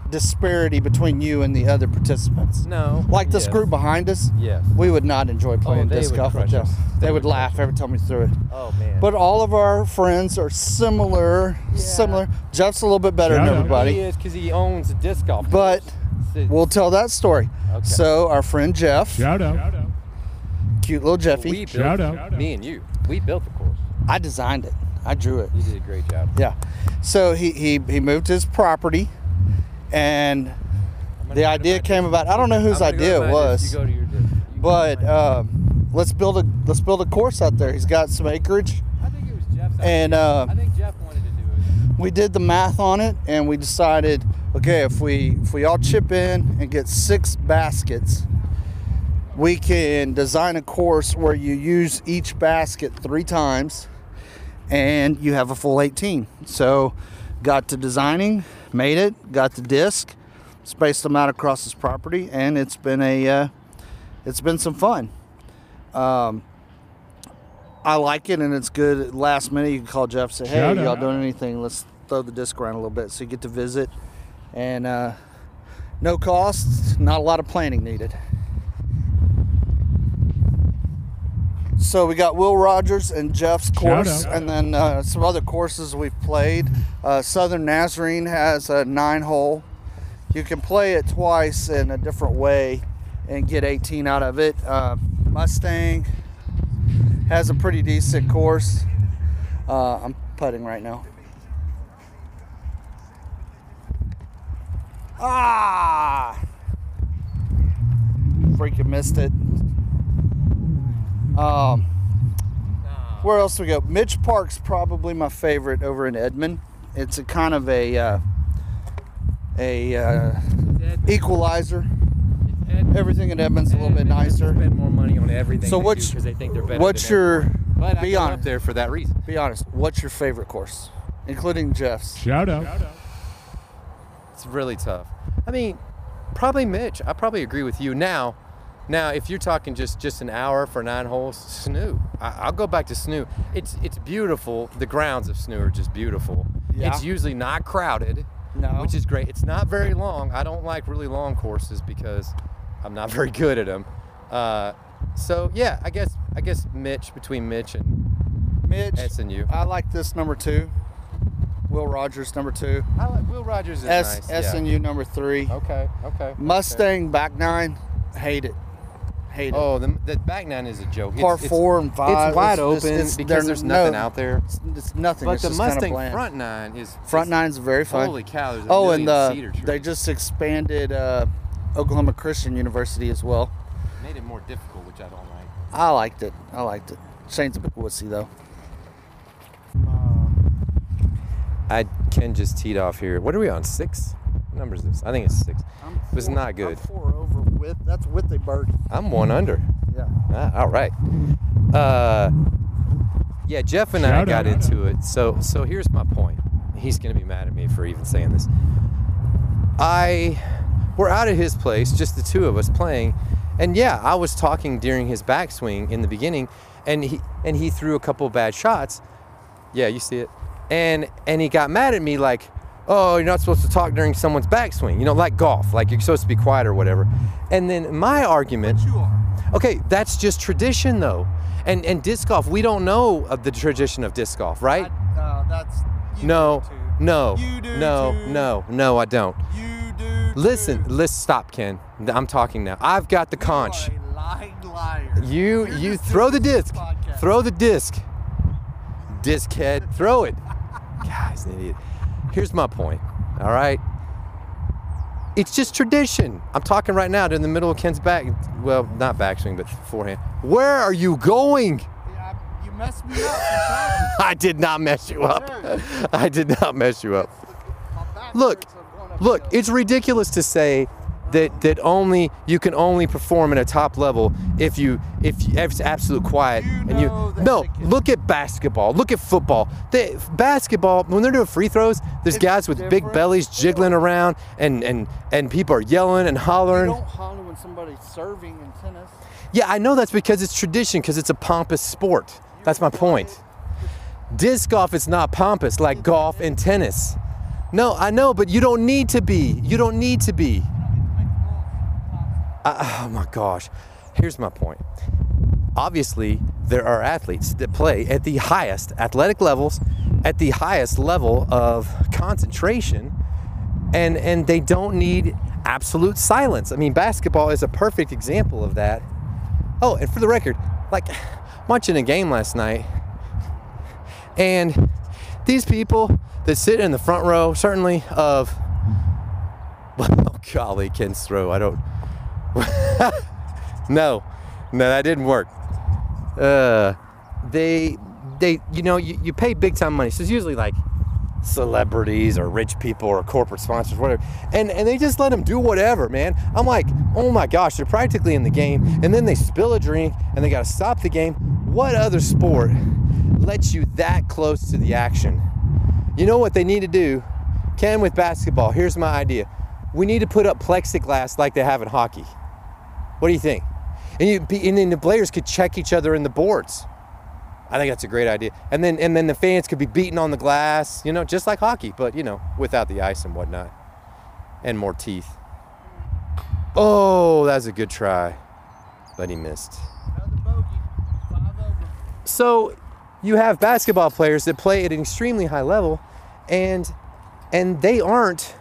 [SPEAKER 3] disparity between you and the other participants.
[SPEAKER 2] No.
[SPEAKER 3] Like this
[SPEAKER 2] Yes.
[SPEAKER 3] group behind us,
[SPEAKER 2] Yes.
[SPEAKER 3] we would not enjoy playing
[SPEAKER 2] they
[SPEAKER 3] disc
[SPEAKER 2] would
[SPEAKER 3] golf with
[SPEAKER 2] crush
[SPEAKER 3] them.
[SPEAKER 2] us.
[SPEAKER 3] They,
[SPEAKER 2] They
[SPEAKER 3] would
[SPEAKER 2] would
[SPEAKER 3] laugh
[SPEAKER 2] crush
[SPEAKER 3] every time we threw it.
[SPEAKER 2] Oh, man.
[SPEAKER 3] But all of our friends are similar, similar. Jeff's a little bit better than
[SPEAKER 1] Yeah, I know.
[SPEAKER 3] everybody.
[SPEAKER 2] He is because he owns a disc golf.
[SPEAKER 3] But
[SPEAKER 2] course.
[SPEAKER 3] We'll tell that story.
[SPEAKER 2] Okay.
[SPEAKER 3] So our friend Jeff,
[SPEAKER 1] Shout out.
[SPEAKER 3] cute little Jeffy,
[SPEAKER 2] we built,
[SPEAKER 1] Shout out.
[SPEAKER 2] Me and you. We built the course.
[SPEAKER 3] I designed it. I drew it.
[SPEAKER 2] You did a great job.
[SPEAKER 3] Yeah. So he, he, he moved his property and
[SPEAKER 2] gonna
[SPEAKER 3] the
[SPEAKER 2] go to
[SPEAKER 3] idea
[SPEAKER 2] my
[SPEAKER 3] came about. I don't know whose
[SPEAKER 2] I'm gonna go
[SPEAKER 3] idea
[SPEAKER 2] to
[SPEAKER 3] it
[SPEAKER 2] mine if
[SPEAKER 3] was,
[SPEAKER 2] You go to your disc. You go to
[SPEAKER 3] but
[SPEAKER 2] mine.
[SPEAKER 3] um, let's build a let's build a course out there. He's got some acreage.
[SPEAKER 2] I think it was Jeff's idea.
[SPEAKER 3] and, uh,
[SPEAKER 2] I think Jeff wanted to do it.
[SPEAKER 3] We did the math on it and we decided, okay, if we if we all chip in and get six baskets, we can design a course where you use each basket three times and you have a full 18. So got to designing, made it, got the disc, spaced them out across his property, and it's been a uh, it's been some fun. Um, I like it, and it's good. Last minute, you can call Jeff say, "Hey,
[SPEAKER 1] Shout
[SPEAKER 3] y'all
[SPEAKER 1] out.
[SPEAKER 3] doing anything? Let's throw the disc around a little bit." So you get to visit, and uh, no cost, not a lot of planning needed. So we got Will Rogers and Jeff's course,
[SPEAKER 1] out.
[SPEAKER 3] and then uh, some other courses we've played. Uh, Southern Nazarene has a nine hole. You can play it twice in a different way and get 18 out of it. Uh, Mustang has a pretty decent course. Uh, I'm putting right now. Ah! Freaking missed it. Um, where else we go? Mitch Park's probably my favorite over in Edmond. It's a kind of a uh, a uh, equalizer. Everything in Edmond's a little bit nicer.
[SPEAKER 2] Spend more money on everything.
[SPEAKER 3] So what's
[SPEAKER 2] because they think they're better.
[SPEAKER 3] what's
[SPEAKER 2] than
[SPEAKER 3] your
[SPEAKER 2] everyone. But I
[SPEAKER 3] be
[SPEAKER 2] got up
[SPEAKER 3] honest?
[SPEAKER 2] there for that reason.
[SPEAKER 3] Be honest. What's your favorite course, including Jeff's?
[SPEAKER 1] Shout out.
[SPEAKER 2] It's really tough. I mean, probably Mitch. I probably agree with you. Now, now if you're talking just just an hour for nine holes, Snoo. I, I'll go back to Snoo. It's it's beautiful. The grounds of Snoo are just beautiful.
[SPEAKER 3] Yeah.
[SPEAKER 2] It's usually not crowded,
[SPEAKER 3] No.
[SPEAKER 2] which is great. It's not very long. I don't like really long courses because I'm not very good at them. Uh, so yeah, I guess I guess Mitch between Mitch and
[SPEAKER 3] Mitch.
[SPEAKER 2] SNU.
[SPEAKER 3] I like this number two. Will Rogers number two.
[SPEAKER 2] I like Will Rogers is
[SPEAKER 3] S
[SPEAKER 2] nice. yeah.
[SPEAKER 3] SNU number three.
[SPEAKER 2] Okay. Okay. Okay.
[SPEAKER 3] Mustang back nine. Hate it. Hate it.
[SPEAKER 2] Oh, the, the back nine is a joke.
[SPEAKER 3] Par four and five.
[SPEAKER 2] It's
[SPEAKER 3] It's
[SPEAKER 2] wide
[SPEAKER 3] just-
[SPEAKER 2] open
[SPEAKER 3] it's- they're-
[SPEAKER 2] because there's nothing
[SPEAKER 3] no.
[SPEAKER 2] out there.
[SPEAKER 3] It's, it's nothing.
[SPEAKER 2] But
[SPEAKER 3] it's
[SPEAKER 2] the
[SPEAKER 3] just kinda
[SPEAKER 2] Mustang
[SPEAKER 3] bland.
[SPEAKER 2] front nine is
[SPEAKER 3] front
[SPEAKER 2] is-
[SPEAKER 3] nine's very fun.
[SPEAKER 2] Holy cow! There's a
[SPEAKER 3] oh, and
[SPEAKER 2] million
[SPEAKER 3] the,
[SPEAKER 2] cedar
[SPEAKER 3] they
[SPEAKER 2] trees.
[SPEAKER 3] just expanded uh, Oklahoma Christian University as well.
[SPEAKER 2] made it more difficult, which I don't like.
[SPEAKER 3] I liked it. I liked it. Shane's a bit wussy though.
[SPEAKER 2] I can just teed off here. What are we on? Six? What number is this? I think it's six.
[SPEAKER 3] I'm
[SPEAKER 2] It was not good.
[SPEAKER 3] I'm four over with. That's with a birdie.
[SPEAKER 2] I'm one under.
[SPEAKER 3] Yeah.
[SPEAKER 2] Ah, all right. Uh, yeah, Jeff and I
[SPEAKER 1] Shout
[SPEAKER 2] got
[SPEAKER 1] out.
[SPEAKER 2] into it. So, so here's my point. He's gonna be mad at me for even saying this. I, we're out at his place, just the two of us playing, and yeah, I was talking during his backswing in the beginning, and he and he threw a couple bad shots. Yeah, you see it. And and he got mad at me like, oh, you're not supposed to talk during someone's backswing. You know, like golf, like you're supposed to be quiet or whatever. And then my argument.
[SPEAKER 3] You are.
[SPEAKER 2] Okay, that's just tradition though. And and disc golf, we don't know of the tradition of disc golf, right?
[SPEAKER 3] Uh, that's.
[SPEAKER 2] No. No.
[SPEAKER 3] You do
[SPEAKER 2] no,
[SPEAKER 3] too.
[SPEAKER 2] no, no, I don't.
[SPEAKER 3] You do.
[SPEAKER 2] Listen,
[SPEAKER 3] too.
[SPEAKER 2] let's stop, Ken. I'm talking now. I've got the conch.
[SPEAKER 3] You are a lying liar.
[SPEAKER 2] You
[SPEAKER 3] You're
[SPEAKER 2] you
[SPEAKER 3] just
[SPEAKER 2] throw
[SPEAKER 3] doing
[SPEAKER 2] the
[SPEAKER 3] this
[SPEAKER 2] disc.
[SPEAKER 3] podcast.
[SPEAKER 2] Throw the disc. Disc head, throw it. Guys, an idiot. Here's my point. All right. It's just tradition. I'm talking right now in the middle of Ken's back. Well, not backswing, but forehand. Where are you going?
[SPEAKER 3] Yeah, I- You messed me up. I'm
[SPEAKER 2] I did not mess you up.
[SPEAKER 3] Sure.
[SPEAKER 2] I did not mess you up.
[SPEAKER 3] talking. My back
[SPEAKER 2] Look,
[SPEAKER 3] hurts. I'm going up
[SPEAKER 2] look,
[SPEAKER 3] hills.
[SPEAKER 2] it's ridiculous to say that that only you can only perform at a top level if you if, you, if it's absolute quiet
[SPEAKER 3] You
[SPEAKER 2] and you
[SPEAKER 3] know that
[SPEAKER 2] no
[SPEAKER 3] they can-
[SPEAKER 2] look at basketball look at football they, basketball when they're doing free throws there's
[SPEAKER 3] It's
[SPEAKER 2] guys with big
[SPEAKER 3] different
[SPEAKER 2] bellies
[SPEAKER 3] sport.
[SPEAKER 2] jiggling around and and and people are yelling and
[SPEAKER 3] You
[SPEAKER 2] hollering
[SPEAKER 3] don't holler when somebody's serving in tennis.
[SPEAKER 2] yeah I know that's because it's tradition because it's a pompous sport that's my point disc golf is not pompous like golf and tennis no I know but you don't need to be you don't need to be I- oh my gosh. Here's my point. Obviously, there are athletes that play at the highest athletic levels, at the highest level of concentration, and and they don't need absolute silence. I mean, basketball is a perfect example of that. Oh, and for the record, like watching a game last night, and these people that sit in the front row, certainly of, well, golly, Ken's throw. I don't. No, no, that didn't work. Uh, they, they, you know, you, you pay big time money. So it's usually like celebrities or rich people or corporate sponsors, whatever. And and they just let them do whatever, man. I'm like, oh my gosh, they're practically in the game, and then they spill a drink and they got to stop the game. What other sport lets you that close to the action? You know what they need to do? Can with basketball. Here's my idea. We need to put up plexiglass like they have in hockey. What do you think? And you be- and then the players could check each other in the boards. I think that's a great idea. And then and then the fans could be beating on the glass, you know, just like hockey, but you know, without the ice and whatnot, and more teeth. Oh, that's a good try, but he missed.
[SPEAKER 3] Another bogey. Five over.
[SPEAKER 2] So you have basketball players that play at an extremely high level and and they aren't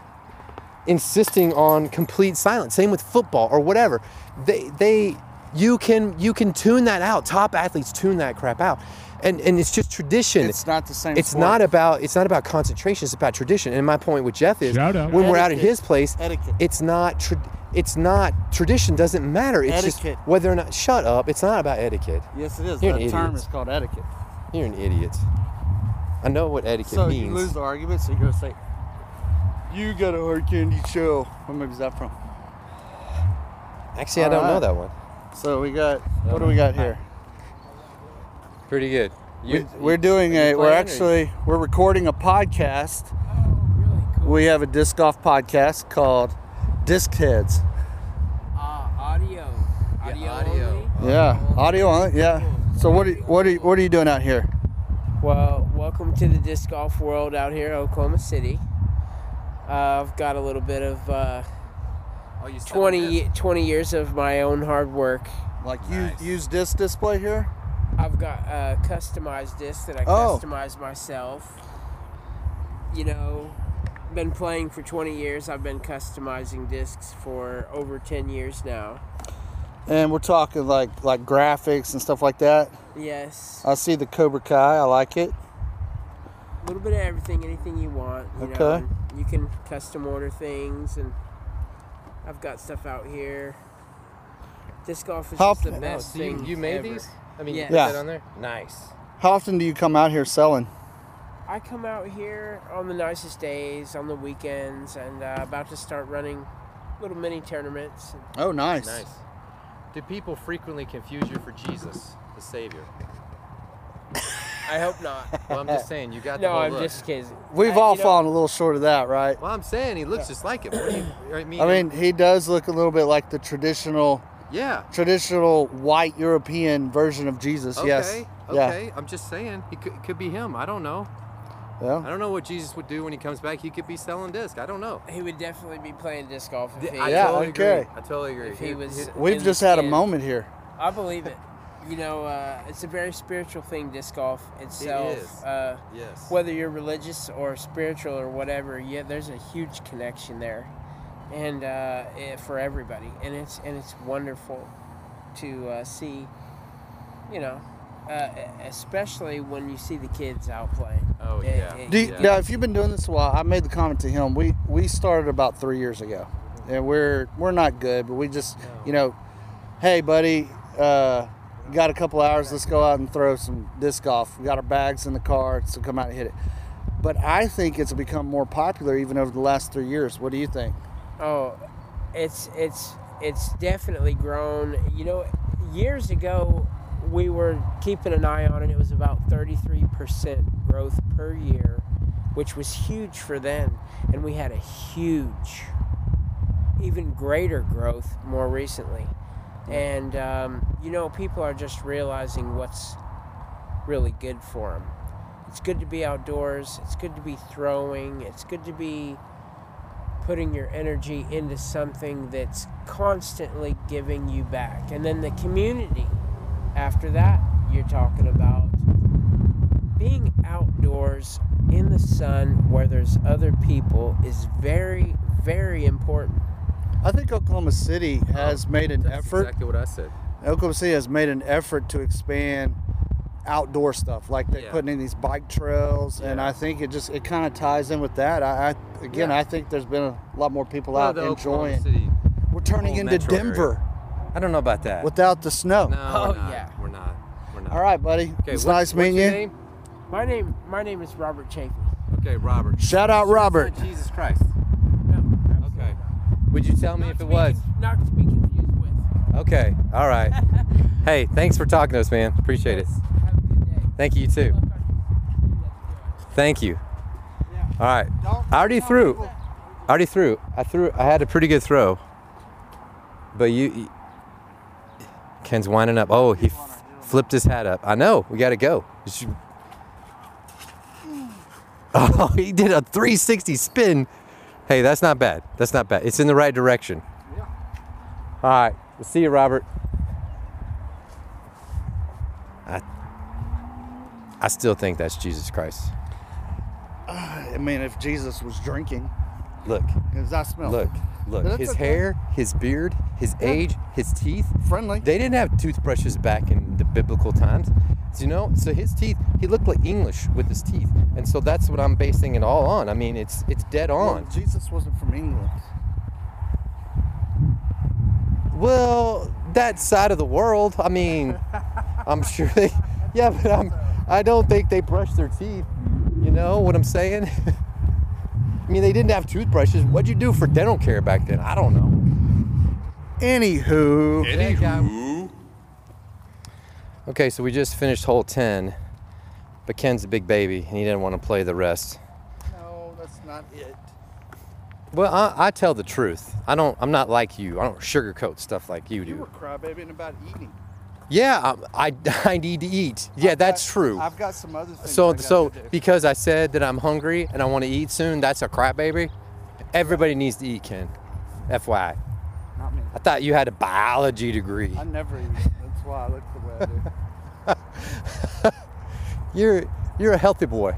[SPEAKER 2] insisting on complete silence. Same with football or whatever. They they you can you can tune that out. Top athletes tune that crap out. And and it's just tradition.
[SPEAKER 3] It's not the same.
[SPEAKER 2] It's
[SPEAKER 3] sport.
[SPEAKER 2] not about it's not about concentration. It's about tradition. And my point with Jeff is
[SPEAKER 4] Shout out.
[SPEAKER 2] when we're out at
[SPEAKER 3] Etiquette.
[SPEAKER 2] his place,
[SPEAKER 3] Etiquette.
[SPEAKER 2] it's not tra- it's not tradition doesn't matter. It's
[SPEAKER 3] Etiquette.
[SPEAKER 2] just whether or not shut up. It's not about etiquette.
[SPEAKER 3] Yes, it is.
[SPEAKER 2] You're
[SPEAKER 3] that
[SPEAKER 2] an
[SPEAKER 3] term
[SPEAKER 2] idiot.
[SPEAKER 3] is called etiquette.
[SPEAKER 2] You're an idiot. I know what etiquette
[SPEAKER 3] so
[SPEAKER 2] means.
[SPEAKER 3] you lose the argument, so you go say, "You got a hard candy shell." What movie's that from?
[SPEAKER 2] Actually, I don't know
[SPEAKER 3] Alright.
[SPEAKER 2] that one.
[SPEAKER 3] So we got. What do we got here?
[SPEAKER 2] Pretty good. You,
[SPEAKER 3] We're doing
[SPEAKER 2] you
[SPEAKER 3] a. We're
[SPEAKER 2] playing or-
[SPEAKER 3] actually we're recording a podcast. We have a disc golf podcast called Disc Heads.
[SPEAKER 5] Ah, audio. Audio.
[SPEAKER 2] audio.
[SPEAKER 5] only?
[SPEAKER 3] Yeah, audio on. Yeah. So what? Are, what are you, what are you doing out here?
[SPEAKER 5] Well, welcome to the disc golf world out here in Oklahoma City. Uh, I've got a little bit of uh,
[SPEAKER 2] Oh, you still
[SPEAKER 5] 20,
[SPEAKER 2] missed.
[SPEAKER 5] ye- 20 years of my own hard work.
[SPEAKER 3] Like you
[SPEAKER 2] Nice.
[SPEAKER 3] use disc display here?
[SPEAKER 5] I've got uh, customized discs that I
[SPEAKER 3] Oh.
[SPEAKER 5] customized myself. You know, been playing for 20 years. I've been customizing discs for over 10 years now.
[SPEAKER 3] And we're talking like like graphics and stuff like that.
[SPEAKER 5] Yes.
[SPEAKER 3] I see the Cobra Kai. I like it.
[SPEAKER 5] A little bit of everything, anything you want. You Know,
[SPEAKER 3] Okay.
[SPEAKER 5] and you can custom order things, and I've got stuff out here. Disc golf is
[SPEAKER 3] How
[SPEAKER 5] just the
[SPEAKER 3] often-
[SPEAKER 2] Oh,
[SPEAKER 5] best
[SPEAKER 2] so you,
[SPEAKER 5] thing.
[SPEAKER 2] you made
[SPEAKER 5] ever.
[SPEAKER 2] these? I mean, you
[SPEAKER 5] Yes.
[SPEAKER 2] put
[SPEAKER 3] Yeah.
[SPEAKER 2] that on there? Nice.
[SPEAKER 3] How often do you come out here selling?
[SPEAKER 5] I come out here on the nicest days, on the weekends, and uh, about to start running little mini tournaments.
[SPEAKER 3] Oh, nice.
[SPEAKER 2] Nice. Do people frequently confuse you for Jesus, the Savior?
[SPEAKER 5] I hope not.
[SPEAKER 2] Well, I'm just saying, you got the
[SPEAKER 5] no,
[SPEAKER 2] whole
[SPEAKER 5] I'm
[SPEAKER 2] look.
[SPEAKER 5] just kidding.
[SPEAKER 3] We've
[SPEAKER 5] I-
[SPEAKER 3] all
[SPEAKER 5] you know,
[SPEAKER 3] fallen a little short of that, right?
[SPEAKER 2] Well, I'm saying he looks just like him. What do you, I mean,
[SPEAKER 3] I mean, he does look a little bit like the traditional
[SPEAKER 2] yeah.
[SPEAKER 3] traditional white European version of Jesus.
[SPEAKER 2] Okay.
[SPEAKER 3] yes.
[SPEAKER 2] Okay. I'm just saying, he could, could be him. I don't know.
[SPEAKER 3] Yeah. Yeah.
[SPEAKER 2] I don't know what Jesus would do when he comes back. He could be selling disc. I don't know.
[SPEAKER 5] He would definitely be playing disc golf if he,
[SPEAKER 2] I
[SPEAKER 3] Yeah,
[SPEAKER 2] totally
[SPEAKER 3] okay.
[SPEAKER 2] agree. I totally agree.
[SPEAKER 5] if he was.
[SPEAKER 3] We've
[SPEAKER 5] in the
[SPEAKER 3] just had a
[SPEAKER 5] skin.
[SPEAKER 3] moment here.
[SPEAKER 5] I believe it. you know, uh, it's a very spiritual thing, disc golf itself.
[SPEAKER 2] is.
[SPEAKER 5] Uh,
[SPEAKER 2] Yes.
[SPEAKER 5] whether you're religious or spiritual or whatever, yeah, there's a huge connection there, and uh, eh, for everybody, and it's and it's wonderful to uh, see, you know, uh, e- especially when you see the kids out playing.
[SPEAKER 2] Oh,
[SPEAKER 5] Eh,
[SPEAKER 2] yeah.
[SPEAKER 5] eh,
[SPEAKER 3] Do you-
[SPEAKER 2] Yeah.
[SPEAKER 3] Now, if you've been doing this a while, I made the comment to him. We we started about three years ago, and we're we're not good, but we just you know, hey buddy, uh, got a couple hours. Let's go out and throw some disc golf. We got our bags in the car, so come out and hit it. But I think it's become more popular even over the last three years. What do you think?
[SPEAKER 5] Oh, it's it's it's definitely grown. You know, years ago we were keeping an eye on it. It was about 33% growth per year, which was huge for then, and we had a huge even greater growth more recently. And um, you know, people are just realizing what's really good for them. It's good to be outdoors. It's good to be throwing. It's good to be putting your energy into something that's constantly giving you back. And then the community after that, you're talking about being outdoors in the sun where there's other people is very, very important.
[SPEAKER 3] I think Oklahoma City has made an
[SPEAKER 2] That's
[SPEAKER 3] effort.
[SPEAKER 2] exactly what I said.
[SPEAKER 3] Oklahoma City has made an effort to expand outdoor stuff, like they're
[SPEAKER 2] Yeah.
[SPEAKER 3] putting in these bike trails, and
[SPEAKER 2] Yeah.
[SPEAKER 3] I think it just it kind of ties in with that. I, I again,
[SPEAKER 2] Yeah.
[SPEAKER 3] I think there's been a lot more people
[SPEAKER 2] Well,
[SPEAKER 3] out
[SPEAKER 2] the Oklahoma
[SPEAKER 3] enjoying.
[SPEAKER 2] City-
[SPEAKER 3] We're turning
[SPEAKER 2] whole
[SPEAKER 3] into
[SPEAKER 2] metro area.
[SPEAKER 3] Denver
[SPEAKER 2] Oh, I don't know about that.
[SPEAKER 3] without the snow.
[SPEAKER 2] No,
[SPEAKER 5] Oh,
[SPEAKER 2] we're not.
[SPEAKER 5] yeah.
[SPEAKER 2] We're not. We're not.
[SPEAKER 3] All right, buddy.
[SPEAKER 2] Okay,
[SPEAKER 3] it's
[SPEAKER 2] what-
[SPEAKER 3] nice
[SPEAKER 2] what's
[SPEAKER 3] meeting
[SPEAKER 2] your
[SPEAKER 3] you.
[SPEAKER 2] name?
[SPEAKER 5] My name, my name is Robert Chafee.
[SPEAKER 2] Okay, Robert.
[SPEAKER 3] Shout out Robert.
[SPEAKER 2] Jesus Christ.
[SPEAKER 5] No, absolutely
[SPEAKER 2] Okay.
[SPEAKER 5] not.
[SPEAKER 2] Would you tell me
[SPEAKER 5] Not
[SPEAKER 2] if
[SPEAKER 5] to
[SPEAKER 2] it
[SPEAKER 5] be
[SPEAKER 2] was?
[SPEAKER 5] conf- not to be confused with.
[SPEAKER 2] Okay. All right. hey, thanks for talking to us, man. Appreciate it.
[SPEAKER 5] Have a good day.
[SPEAKER 2] Thank you, you too.
[SPEAKER 5] Good luck on your- that's
[SPEAKER 2] Thank you.
[SPEAKER 3] Yeah.
[SPEAKER 2] All right.
[SPEAKER 3] Don't-
[SPEAKER 2] I already
[SPEAKER 3] don't
[SPEAKER 2] threw.
[SPEAKER 3] people-
[SPEAKER 2] I already threw. I threw. I had a pretty good throw. But you, you- Ken's winding up. Oh, he f- flipped his hat up. I know. We got to go. You should- Oh, he did a 360 spin. Hey, that's not bad. That's not bad. It's in the right direction. All right. We'll see you, Robert. I, I still think that's Jesus Christ.
[SPEAKER 3] I mean, if Jesus was drinking,
[SPEAKER 2] Look.
[SPEAKER 3] 'cause I smell
[SPEAKER 2] Look,
[SPEAKER 3] But
[SPEAKER 2] look,
[SPEAKER 3] that's
[SPEAKER 2] his
[SPEAKER 3] okay.
[SPEAKER 2] hair, his beard, his age, his teeth.
[SPEAKER 3] friendly.
[SPEAKER 2] They didn't have toothbrushes back in the biblical times. So, you know, so his teeth, he looked like English with his teeth. And so that's what I'm basing it all on. I mean, it's it's dead
[SPEAKER 3] Well,
[SPEAKER 2] on.
[SPEAKER 3] Jesus wasn't from England.
[SPEAKER 2] Well, that side of the world, I mean, I'm sure they Yeah, but I'm I don't think they brush their teeth. You know what I'm saying? I mean, they didn't have toothbrushes. What'd you do for dental care back then? I don't know.
[SPEAKER 3] Anywho,
[SPEAKER 2] That guy- Okay, so we just finished hole 10, but Ken's a big baby and he didn't want to play the rest.
[SPEAKER 3] no, that's not it.
[SPEAKER 2] Well, I, I tell the truth. I don't. I'm not like you. I don't sugarcoat stuff like you
[SPEAKER 3] You were
[SPEAKER 2] do.
[SPEAKER 3] crybabying about eating.
[SPEAKER 2] Yeah, um, I, I, I need to eat. Yeah,
[SPEAKER 3] I've
[SPEAKER 2] that's
[SPEAKER 3] got-
[SPEAKER 2] true.
[SPEAKER 3] I've got some other things. I
[SPEAKER 2] So
[SPEAKER 3] gotta
[SPEAKER 2] so
[SPEAKER 3] do.
[SPEAKER 2] because I said that I'm hungry and I want to eat soon, that's a crap baby. Everybody needs to eat, Ken. FYI,
[SPEAKER 3] Not me.
[SPEAKER 2] I thought you had a biology degree.
[SPEAKER 3] I never eat. That's why I look the way I do.
[SPEAKER 2] You're you're a healthy boy.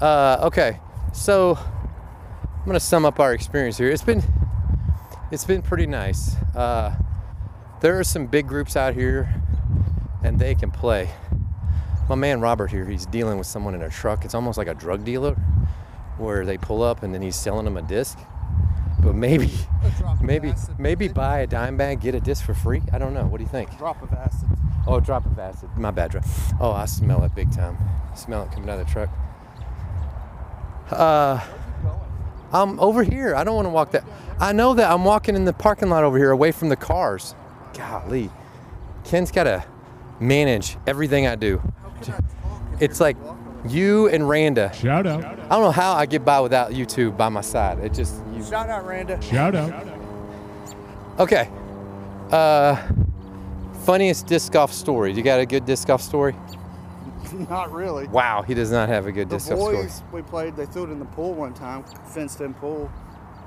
[SPEAKER 2] Uh, okay, so I'm gonna sum up our experience here. It's been it's been pretty nice. Uh, there are some big groups out here, and they can play. My man Robert here, he's dealing with someone in a truck. It's almost like a drug dealer, where they pull up and then he's selling them a disc. But maybe
[SPEAKER 3] A drop of
[SPEAKER 2] maybe
[SPEAKER 3] acid,
[SPEAKER 2] maybe
[SPEAKER 3] maybe.
[SPEAKER 2] buy a dime bag, get a disc for free. I don't know. What do you think?
[SPEAKER 3] Drop of acid.
[SPEAKER 2] Oh, drop of acid. My bad. dro- Oh, I smell it big time. Smell it coming out of the truck. Uh, I'm over here. I don't want to walk that. I know that I'm walking in the parking lot over here, away from the cars. Golly, Ken's gotta manage everything I do. It's like you and Randa.
[SPEAKER 4] Shout out.
[SPEAKER 2] I don't know how I get by without you two by my side. It just you.
[SPEAKER 3] Shout out, Randa.
[SPEAKER 4] Shout out.
[SPEAKER 2] Okay. Uh, funniest disc golf story. You got a good disc golf story?
[SPEAKER 3] Not really.
[SPEAKER 2] Wow, he does not have a good
[SPEAKER 3] The
[SPEAKER 2] disc golf story.
[SPEAKER 3] boys we played, they threw it in the pool one time, fenced in pool.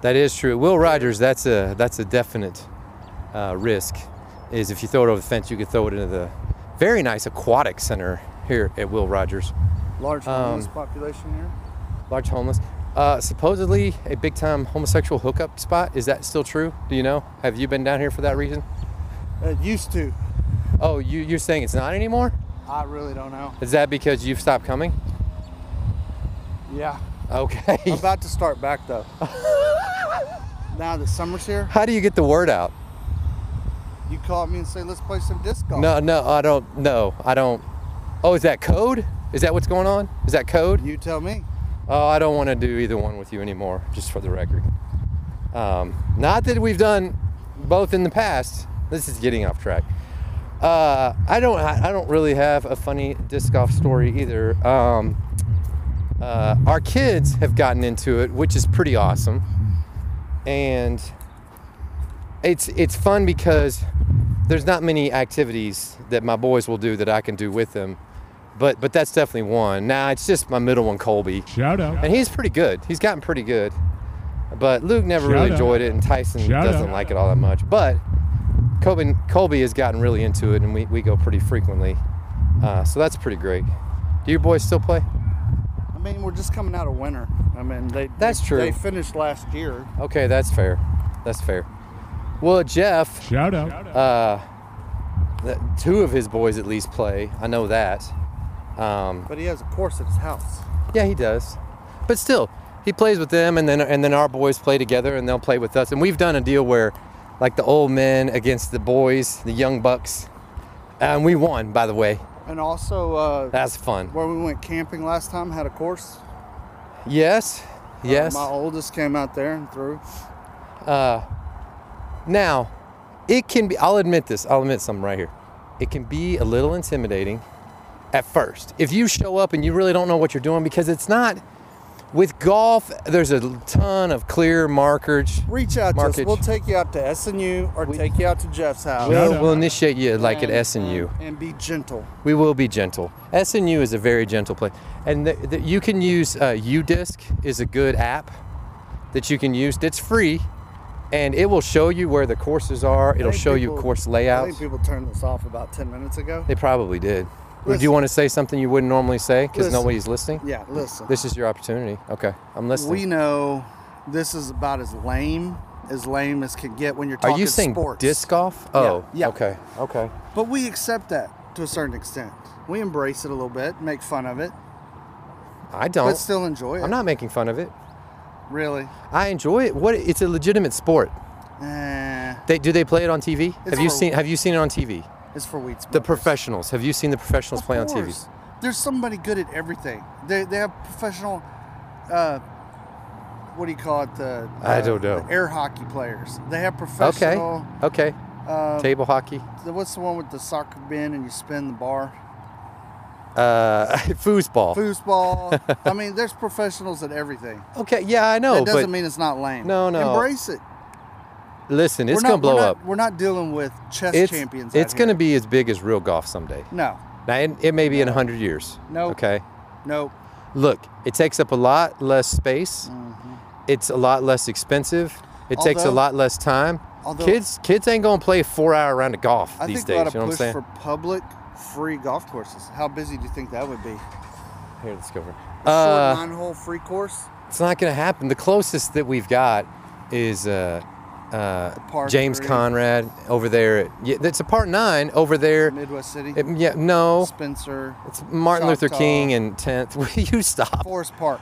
[SPEAKER 2] That is true. Will Rogers, that's a that's a definite uh, risk. Is if you throw it over the fence, you could throw it into the very nice aquatic center here at Will Rogers.
[SPEAKER 6] Large
[SPEAKER 2] Um,
[SPEAKER 6] homeless population here.
[SPEAKER 2] Large homeless. Uh, supposedly a big time homosexual hookup spot. Is that still true? Do you know? Have you been down here for that reason?
[SPEAKER 6] It used to.
[SPEAKER 2] Oh, you, you're saying it's not anymore?
[SPEAKER 6] I really don't know.
[SPEAKER 2] Is that because you've stopped coming?
[SPEAKER 6] Yeah. I'm
[SPEAKER 2] Okay.
[SPEAKER 6] about to start back though. now that summer's here,
[SPEAKER 2] How do you get the word out?
[SPEAKER 6] you call me and say, let's play some disc golf.
[SPEAKER 2] No, no, I don't. No, I don't. Oh, is that code? Is that what's going on? Is that code?
[SPEAKER 6] You tell me.
[SPEAKER 2] Oh, I don't want to do either one with you anymore, just for the record. Um, not that we've done both in the past. This is getting off track. Uh, I don't. I I don't really have a funny disc golf story either. Um, uh, our kids have gotten into it, which is pretty awesome, and it's it's fun because there's not many activities that my boys will do that I can do with them. But but that's definitely one. Now it's just my middle one, Colby.
[SPEAKER 4] Shout out.
[SPEAKER 2] And he's pretty good. He's gotten pretty good. But Luke never
[SPEAKER 4] Shout
[SPEAKER 2] really
[SPEAKER 4] out.
[SPEAKER 2] enjoyed it, and Tyson
[SPEAKER 4] Shout
[SPEAKER 2] doesn't
[SPEAKER 4] out.
[SPEAKER 2] like it all that much. But Colby, Colby has gotten really into it, and we, we go pretty frequently. Uh, so that's pretty great. Do your boys still play?
[SPEAKER 6] I mean, we're just coming out of winter. I mean, they
[SPEAKER 2] That's
[SPEAKER 6] they-
[SPEAKER 2] true.
[SPEAKER 6] They finished last year.
[SPEAKER 2] Okay, that's fair. That's fair. Well, Jeff,
[SPEAKER 4] Shout out.
[SPEAKER 2] uh, th- two of his boys at least play. I know that. Um,
[SPEAKER 6] But he has a course at his house.
[SPEAKER 2] Yeah, he does. But still, he plays with them, and then and then our boys play together, and they'll play with us. And we've done a deal where, like the old men against the boys, the young bucks, and we won. By the way,
[SPEAKER 6] And also, uh,
[SPEAKER 2] that's fun.
[SPEAKER 6] where we went camping last time had a course. Uh,
[SPEAKER 2] Yes, yes.
[SPEAKER 6] My oldest came out there and threw.
[SPEAKER 2] Now, it can be, I'll admit this, I'll admit something right here. It can be a little intimidating at first. If you show up and you really don't know what you're doing, because it's not, with golf, there's a ton of clear markers.
[SPEAKER 6] Reach out to
[SPEAKER 2] Markage.
[SPEAKER 6] us. We'll take you out to SNU or take you out to Jeff's house.
[SPEAKER 2] We'll,
[SPEAKER 4] out.
[SPEAKER 2] we'll initiate you like at
[SPEAKER 6] And- uh,
[SPEAKER 2] SNU.
[SPEAKER 6] and- And be gentle.
[SPEAKER 2] We will be gentle. SNU is a very gentle place, and th th you can use uh, UDisc is a good app that you can use. That's free, and it will show you where the courses are. It'll
[SPEAKER 6] I think
[SPEAKER 2] show you
[SPEAKER 6] people-
[SPEAKER 2] course
[SPEAKER 6] I think
[SPEAKER 2] layouts.
[SPEAKER 6] people turned this off about 10 minutes ago.
[SPEAKER 2] They probably did. Would you
[SPEAKER 6] Listen.
[SPEAKER 2] want to say something you wouldn't normally say because
[SPEAKER 6] Listen.
[SPEAKER 2] nobody's listening?
[SPEAKER 6] Yeah, listen.
[SPEAKER 2] This is your opportunity. Okay, I'm listening.
[SPEAKER 6] we know this is about as lame as lame as can get when you're talking
[SPEAKER 2] are you saying
[SPEAKER 6] sports.
[SPEAKER 2] disc golf? Oh,
[SPEAKER 6] yeah.
[SPEAKER 2] Okay. Okay.
[SPEAKER 6] But we accept that to a certain extent. We embrace it a little bit, make fun of it,
[SPEAKER 2] I don't.
[SPEAKER 6] but still enjoy it.
[SPEAKER 2] I'm not making fun of it.
[SPEAKER 6] really.
[SPEAKER 2] I enjoy it. What? It's a legitimate sport.
[SPEAKER 6] Eh,
[SPEAKER 2] They do they play it on TV? have you
[SPEAKER 6] for-
[SPEAKER 2] seen Have you seen it on TV?
[SPEAKER 6] it's for weed smokers.
[SPEAKER 2] The professionals. Have you seen the professionals
[SPEAKER 6] Of
[SPEAKER 2] play on TV?
[SPEAKER 6] course. There's somebody good at everything. They, they have professional, uh, what do you call it? The
[SPEAKER 2] I
[SPEAKER 6] uh,
[SPEAKER 2] don't know.
[SPEAKER 6] the air hockey players. They have
[SPEAKER 2] Okay.
[SPEAKER 6] professional.
[SPEAKER 2] Okay.
[SPEAKER 6] Uh,
[SPEAKER 2] Table hockey.
[SPEAKER 6] the- what's the one with the soccer bin and you spin the bar?
[SPEAKER 2] Uh, foosball.
[SPEAKER 6] Foosball. I mean, there's professionals at everything.
[SPEAKER 2] Okay. Yeah, I know.
[SPEAKER 6] that doesn't
[SPEAKER 2] But
[SPEAKER 6] mean it's not lame.
[SPEAKER 2] No, no.
[SPEAKER 6] Embrace it.
[SPEAKER 2] listen, it's
[SPEAKER 6] we're
[SPEAKER 2] gonna
[SPEAKER 6] not,
[SPEAKER 2] blow
[SPEAKER 6] we're
[SPEAKER 2] up.
[SPEAKER 6] Not, we're not dealing with chess
[SPEAKER 2] It's
[SPEAKER 6] champions.
[SPEAKER 2] it's
[SPEAKER 6] out
[SPEAKER 2] gonna
[SPEAKER 6] here.
[SPEAKER 2] be as big as real golf someday.
[SPEAKER 6] No,
[SPEAKER 2] Now, it, it may be in hundred years.
[SPEAKER 6] No.
[SPEAKER 2] Okay.
[SPEAKER 6] no.
[SPEAKER 2] Look, it takes up a lot less space. It's a lot less expensive. It takes a
[SPEAKER 6] Mm-hmm. Although-
[SPEAKER 2] lot less time.
[SPEAKER 6] although-
[SPEAKER 2] kids kids ain't gonna play a four hour round of golf
[SPEAKER 6] I
[SPEAKER 2] these
[SPEAKER 6] think we ought
[SPEAKER 2] days.
[SPEAKER 6] to
[SPEAKER 2] You know what I'm
[SPEAKER 6] push
[SPEAKER 2] saying?
[SPEAKER 6] for public free golf courses. How busy do you think that would be?
[SPEAKER 2] Here, let's go over.
[SPEAKER 6] A
[SPEAKER 2] Uh,
[SPEAKER 6] Short nine-hole free course.
[SPEAKER 2] It's not going to happen. The closest that we've got is uh, uh,
[SPEAKER 6] par
[SPEAKER 2] James
[SPEAKER 6] three.
[SPEAKER 2] Conrad over there. at- Yeah, it's a part nine over there.
[SPEAKER 6] Midwest City.
[SPEAKER 2] It- yeah, no,
[SPEAKER 6] Spencer.
[SPEAKER 2] it's Martin Luther
[SPEAKER 6] Choctaw,
[SPEAKER 2] King and Tenth. Will you stop?
[SPEAKER 6] Forest Park.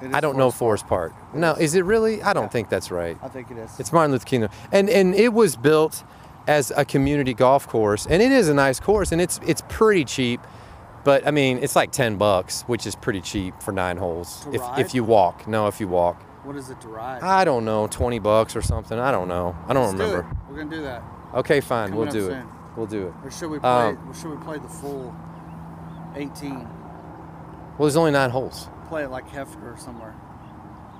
[SPEAKER 6] It is
[SPEAKER 2] I don't know Forest Park. No, is it really? I don't think that's right.
[SPEAKER 6] I think it is.
[SPEAKER 2] It's Martin Luther King, though. and and it was built as a community golf course, and it is a nice course, and it's it's pretty cheap. But I mean, it's like ten bucks, which is pretty cheap for nine holes.
[SPEAKER 6] To
[SPEAKER 2] If,
[SPEAKER 6] ride?
[SPEAKER 2] if you walk, no, if you walk.
[SPEAKER 6] what is it to ride?
[SPEAKER 2] I don't know, 20 bucks or something. I don't know. I don't
[SPEAKER 6] Let's do
[SPEAKER 2] remember.
[SPEAKER 6] it. We're gonna do that.
[SPEAKER 2] Okay, fine.
[SPEAKER 6] Coming
[SPEAKER 2] we'll
[SPEAKER 6] up
[SPEAKER 2] do it.
[SPEAKER 6] soon.
[SPEAKER 2] We'll do it.
[SPEAKER 6] Or should we play?
[SPEAKER 2] Um,
[SPEAKER 6] or should we play the full 18?
[SPEAKER 2] Well, there's only nine holes.
[SPEAKER 6] Play it like Hefner or somewhere.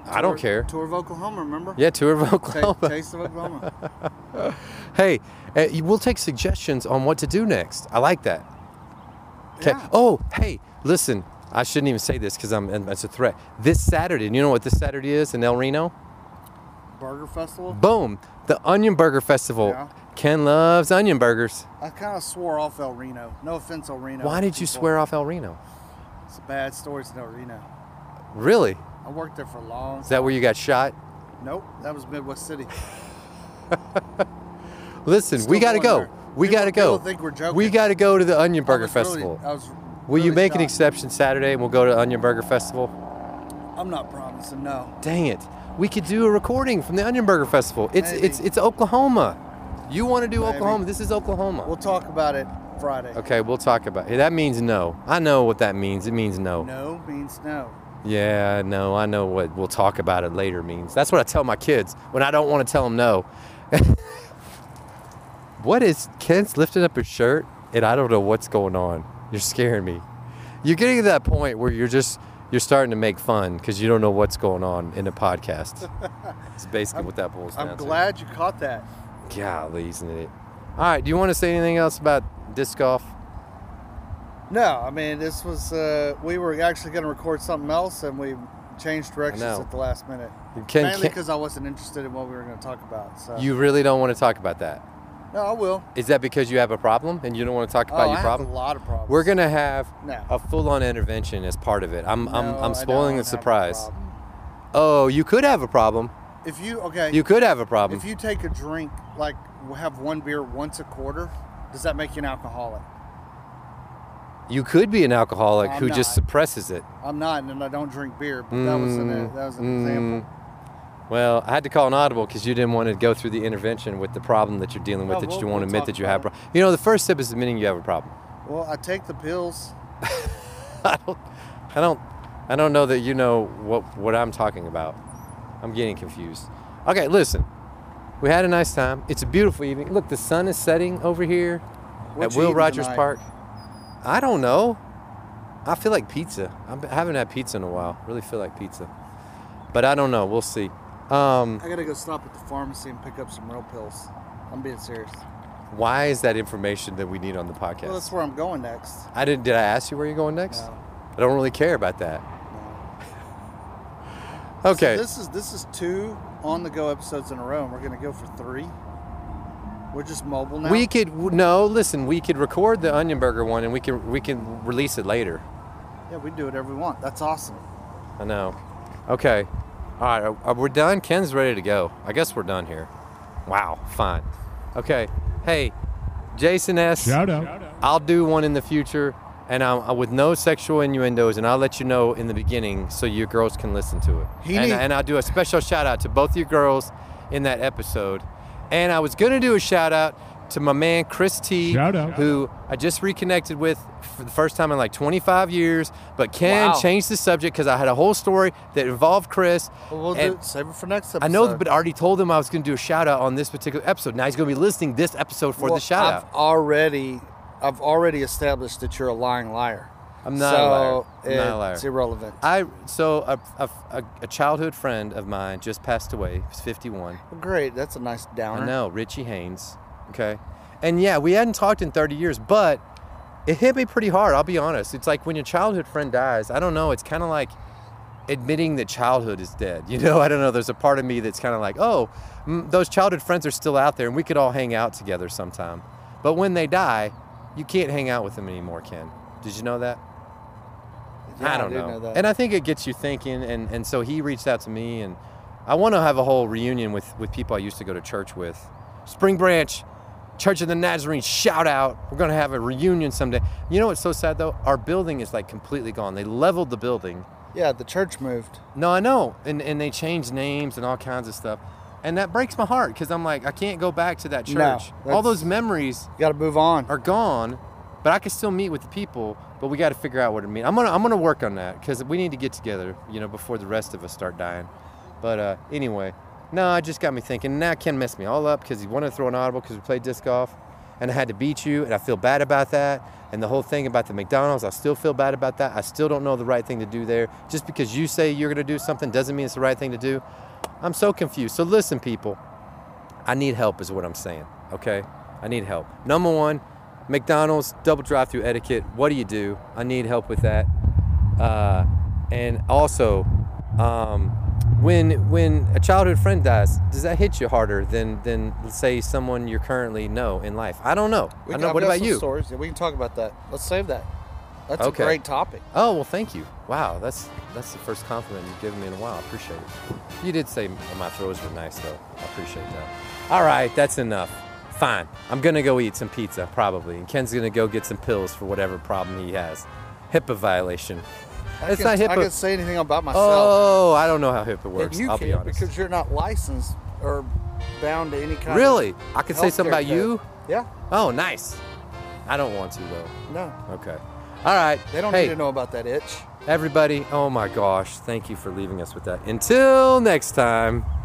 [SPEAKER 2] I don't
[SPEAKER 6] Tour-
[SPEAKER 2] care.
[SPEAKER 6] Tour of Oklahoma. Remember?
[SPEAKER 2] Yeah, tour of
[SPEAKER 6] Ta-
[SPEAKER 2] Oklahoma.
[SPEAKER 6] Taste of Oklahoma.
[SPEAKER 2] Hey, uh, you- we'll take suggestions on what to do next. I like that. Okay.
[SPEAKER 6] Yeah.
[SPEAKER 2] Oh, hey, listen. I shouldn't even say this because I'm. and That's a threat. This Saturday. and You know what this Saturday is in El Reno?
[SPEAKER 3] Burger Festival.
[SPEAKER 2] Boom! The Onion Burger Festival.
[SPEAKER 3] Yeah.
[SPEAKER 2] Ken loves onion burgers.
[SPEAKER 3] I kind of swore off El Reno. No offense, El Reno.
[SPEAKER 2] Why did you
[SPEAKER 3] people.
[SPEAKER 2] swear off El Reno?
[SPEAKER 3] It's a bad stories in El Reno.
[SPEAKER 2] Really?
[SPEAKER 3] I worked there for a long.
[SPEAKER 2] Is that where you got shot?
[SPEAKER 3] Nope, that was Midwest City.
[SPEAKER 2] Listen,
[SPEAKER 3] Still
[SPEAKER 2] we gotta
[SPEAKER 3] going
[SPEAKER 2] go.
[SPEAKER 3] there.
[SPEAKER 2] We
[SPEAKER 3] People-
[SPEAKER 2] gotta go.
[SPEAKER 3] people think we're joking.
[SPEAKER 2] We gotta go to the Onion
[SPEAKER 3] I
[SPEAKER 2] Burger
[SPEAKER 3] was really-
[SPEAKER 2] Festival.
[SPEAKER 3] I was
[SPEAKER 2] Will you
[SPEAKER 3] really
[SPEAKER 2] make an
[SPEAKER 3] shocked.
[SPEAKER 2] exception Saturday and we'll go to Onion Burger Festival?
[SPEAKER 3] I'm not promising. No.
[SPEAKER 2] Dang it. We could do a recording from the Onion Burger Festival. It's
[SPEAKER 3] Maybe.
[SPEAKER 2] it's it's Oklahoma. You want to do
[SPEAKER 3] Maybe.
[SPEAKER 2] Oklahoma? This is Oklahoma.
[SPEAKER 3] We'll talk about it Friday.
[SPEAKER 2] okay, we'll talk about it. That means no. I know what that means. It means no.
[SPEAKER 3] No means no.
[SPEAKER 2] Yeah, no, I know what we'll talk about it later means. That's what I tell my kids when I don't want to tell them no. what is Kent's lifting up his shirt and I don't know what's going on. You're scaring me. You're getting to that point where you're just you're starting to make fun because you don't know what's going on in a podcast. it's basically what that boils down
[SPEAKER 3] I'm glad you caught that.
[SPEAKER 2] to. Golly, isn't it? All right, do you want to say anything else about disc golf?
[SPEAKER 3] No, I mean this was. Uh, we were actually going to record something else, and we changed directions
[SPEAKER 2] know.
[SPEAKER 3] at the last minute.
[SPEAKER 2] Ken-
[SPEAKER 3] Mainly uh,
[SPEAKER 2] Ken-
[SPEAKER 3] because I wasn't interested in what we were going to talk about. So
[SPEAKER 2] You really don't want to talk about that.
[SPEAKER 3] No, I will.
[SPEAKER 2] Is that because you have a problem and you don't want to talk
[SPEAKER 3] oh,
[SPEAKER 2] about
[SPEAKER 3] I
[SPEAKER 2] your
[SPEAKER 3] have
[SPEAKER 2] problem?
[SPEAKER 3] a lot of problems.
[SPEAKER 2] We're gonna have
[SPEAKER 3] No.
[SPEAKER 2] a full-on intervention as part of it. I'm
[SPEAKER 3] No,
[SPEAKER 2] I'm,
[SPEAKER 3] I
[SPEAKER 2] I'm spoiling
[SPEAKER 3] don't
[SPEAKER 2] the
[SPEAKER 3] have a
[SPEAKER 2] surprise.
[SPEAKER 3] problem.
[SPEAKER 2] Oh, you could have a problem.
[SPEAKER 3] If you okay,
[SPEAKER 2] You could have a problem.
[SPEAKER 3] if you take a drink, like have one beer once a quarter, does that make you an alcoholic?
[SPEAKER 2] You could be an alcoholic
[SPEAKER 3] I'm
[SPEAKER 2] who just
[SPEAKER 3] not.
[SPEAKER 2] suppresses it.
[SPEAKER 3] I'm not, and I don't drink beer. But that was an,
[SPEAKER 2] Mm,
[SPEAKER 3] that was an
[SPEAKER 2] mm.
[SPEAKER 3] example.
[SPEAKER 2] Well, I had to call an audible because you didn't want to go through the intervention with the problem that you're dealing with
[SPEAKER 3] No,
[SPEAKER 2] that you
[SPEAKER 3] we'll-
[SPEAKER 2] don't want to
[SPEAKER 3] we'll
[SPEAKER 2] admit
[SPEAKER 3] talk
[SPEAKER 2] that you
[SPEAKER 3] about
[SPEAKER 2] have.
[SPEAKER 3] it.
[SPEAKER 2] Pro- you know, the first step is admitting you have a problem.
[SPEAKER 3] Well, I take the pills.
[SPEAKER 2] I don't, I don't, I don't know that you know what what I'm talking about. I'm getting confused. Okay, listen. We had a nice time. It's a beautiful evening. Look, the sun is setting over here
[SPEAKER 3] What
[SPEAKER 2] at
[SPEAKER 3] you
[SPEAKER 2] Will
[SPEAKER 3] eating
[SPEAKER 2] Rogers
[SPEAKER 3] tonight?
[SPEAKER 2] Park. I don't know. I feel like pizza. I'm- I haven't had pizza in a while. Really feel like pizza, but I don't know. We'll see. Um,
[SPEAKER 3] I gotta go stop at the pharmacy and pick up some real pills. I'm being serious.
[SPEAKER 2] why is that information that we need on the podcast?
[SPEAKER 3] Well, that's where I'm going next.
[SPEAKER 2] I didn't. Did I ask you where you're going next?
[SPEAKER 3] No.
[SPEAKER 2] I don't really care about that.
[SPEAKER 3] No.
[SPEAKER 2] Okay.
[SPEAKER 3] So this is this is two on the go episodes in a row, and we're gonna go for three. We're just mobile now.
[SPEAKER 2] We could w- no. Listen, we could record the onion burger one, and we can we can release it later.
[SPEAKER 3] yeah, we do whatever we want. That's awesome.
[SPEAKER 2] I know. Okay. All right. Are, are we done? Ken's ready to go. I guess we're done here. Wow. Fine. Okay. Hey, Jason S.
[SPEAKER 1] Shout out.
[SPEAKER 2] I'll do one in the future, and I'm uh, with no sexual innuendos, and I'll let you know in the beginning so your girls can listen to it.
[SPEAKER 3] He
[SPEAKER 2] and,
[SPEAKER 3] need-
[SPEAKER 2] and I'll do a special shout out to both your girls in that episode. And I was gonna do a shout out to my man Chris T,
[SPEAKER 1] Shout out.
[SPEAKER 2] who I just reconnected with for the first time in like 25 years. But Ken
[SPEAKER 5] Wow.
[SPEAKER 2] changed the subject because I had a whole story that involved Chris.
[SPEAKER 3] Well, we'll
[SPEAKER 2] and-
[SPEAKER 3] do save it for next episode.
[SPEAKER 2] I know, but I already told him I was gonna do a shout out on this particular episode. Now he's gonna be listening this episode for
[SPEAKER 3] Well,
[SPEAKER 2] the shout
[SPEAKER 3] I've
[SPEAKER 2] out.
[SPEAKER 3] already, I've already established that you're a lying liar.
[SPEAKER 2] I'm not a
[SPEAKER 3] so
[SPEAKER 2] liar. I'm not a liar.
[SPEAKER 3] It's irrelevant.
[SPEAKER 2] I so a, a, a, a childhood friend of mine just passed away. He was 51.
[SPEAKER 3] Well, Great, that's a nice downer.
[SPEAKER 2] I know Richie Haynes. Okay, and yeah, we hadn't talked in 30 years, but it hit me pretty hard. I'll be honest. It's like when your childhood friend dies. I don't know. It's kind of like admitting that childhood is dead. You know, I don't know. There's a part of me that's kind of like, oh, mm, those childhood friends are still out there, and we could all hang out together sometime. But when they die, you can't hang out with them anymore, Ken. Did you know that?
[SPEAKER 3] Yeah,
[SPEAKER 2] I don't
[SPEAKER 3] do
[SPEAKER 2] know.
[SPEAKER 3] that.
[SPEAKER 2] And I think it gets you thinking. And, and so he reached out to me, and I want to have a whole reunion with, with people I used to go to church with. Spring Branch, Church of the Nazarene, shout out. We're going to have a reunion someday. You know what's so sad, though? Our building is like completely gone. They leveled the building.
[SPEAKER 3] yeah, the church moved.
[SPEAKER 2] No, I know. And, and they changed names and all kinds of stuff. And that breaks my heart because I'm like, I can't go back to that
[SPEAKER 3] No,
[SPEAKER 2] church. all
[SPEAKER 3] that's-
[SPEAKER 2] those memories
[SPEAKER 3] You got to move on.
[SPEAKER 2] are gone, but I can still meet with the people. But we got to figure out what it means. I'm gonna I'm gonna work on that because we need to get together, you know, before the rest of us start dying. But uh, anyway, no, it just got me thinking. Now Ken messed me all up because he wanted to throw an audible because we played disc golf, and I had to beat you, and I feel bad about that. And the whole thing about the McDonald's, I still feel bad about that. I still don't know the right thing to do there. Just because you say you're gonna do something doesn't mean it's the right thing to do. I'm so confused. So listen, people. I need help, is what I'm saying. Okay? I need help. Number one, McDonald's double drive through etiquette. What do you do? I need help with that. Uh, and also, um, when when a childhood friend dies, does that hit you harder than than let's say someone you currently know in life? I don't know. I
[SPEAKER 3] We
[SPEAKER 2] don't
[SPEAKER 3] got-
[SPEAKER 2] know.
[SPEAKER 3] I've
[SPEAKER 2] What
[SPEAKER 3] got
[SPEAKER 2] about
[SPEAKER 3] some
[SPEAKER 2] you?
[SPEAKER 3] Stories. Yeah, we can talk about that. Let's save that. That's
[SPEAKER 2] Okay.
[SPEAKER 3] a great topic.
[SPEAKER 2] Oh well, thank you. Wow, that's that's the first compliment you've given me in a while. I appreciate it. You did say my throws were nice though. I appreciate that. All right, that's enough. Fine. I'm gonna go eat some pizza probably, and Ken's gonna go get some pills for whatever problem he has. HIPAA violation.
[SPEAKER 3] I
[SPEAKER 2] It's
[SPEAKER 3] can,
[SPEAKER 2] not HIPAA.
[SPEAKER 3] I can say anything about myself.
[SPEAKER 2] Oh, I don't know how HIPAA
[SPEAKER 3] and
[SPEAKER 2] works.
[SPEAKER 3] you
[SPEAKER 2] I'll
[SPEAKER 3] can't
[SPEAKER 2] be honest.
[SPEAKER 3] because you're not licensed or bound to any kind.
[SPEAKER 2] Really?
[SPEAKER 3] of
[SPEAKER 2] I could say something about
[SPEAKER 3] healthcare
[SPEAKER 2] you?
[SPEAKER 3] code. Yeah.
[SPEAKER 2] Oh, nice. I don't want to though.
[SPEAKER 3] No,
[SPEAKER 2] Okay. All right.
[SPEAKER 3] they don't
[SPEAKER 2] hey,
[SPEAKER 3] need to know about that itch.
[SPEAKER 2] Everybody, oh my gosh, thank you for leaving us with that. Until next time.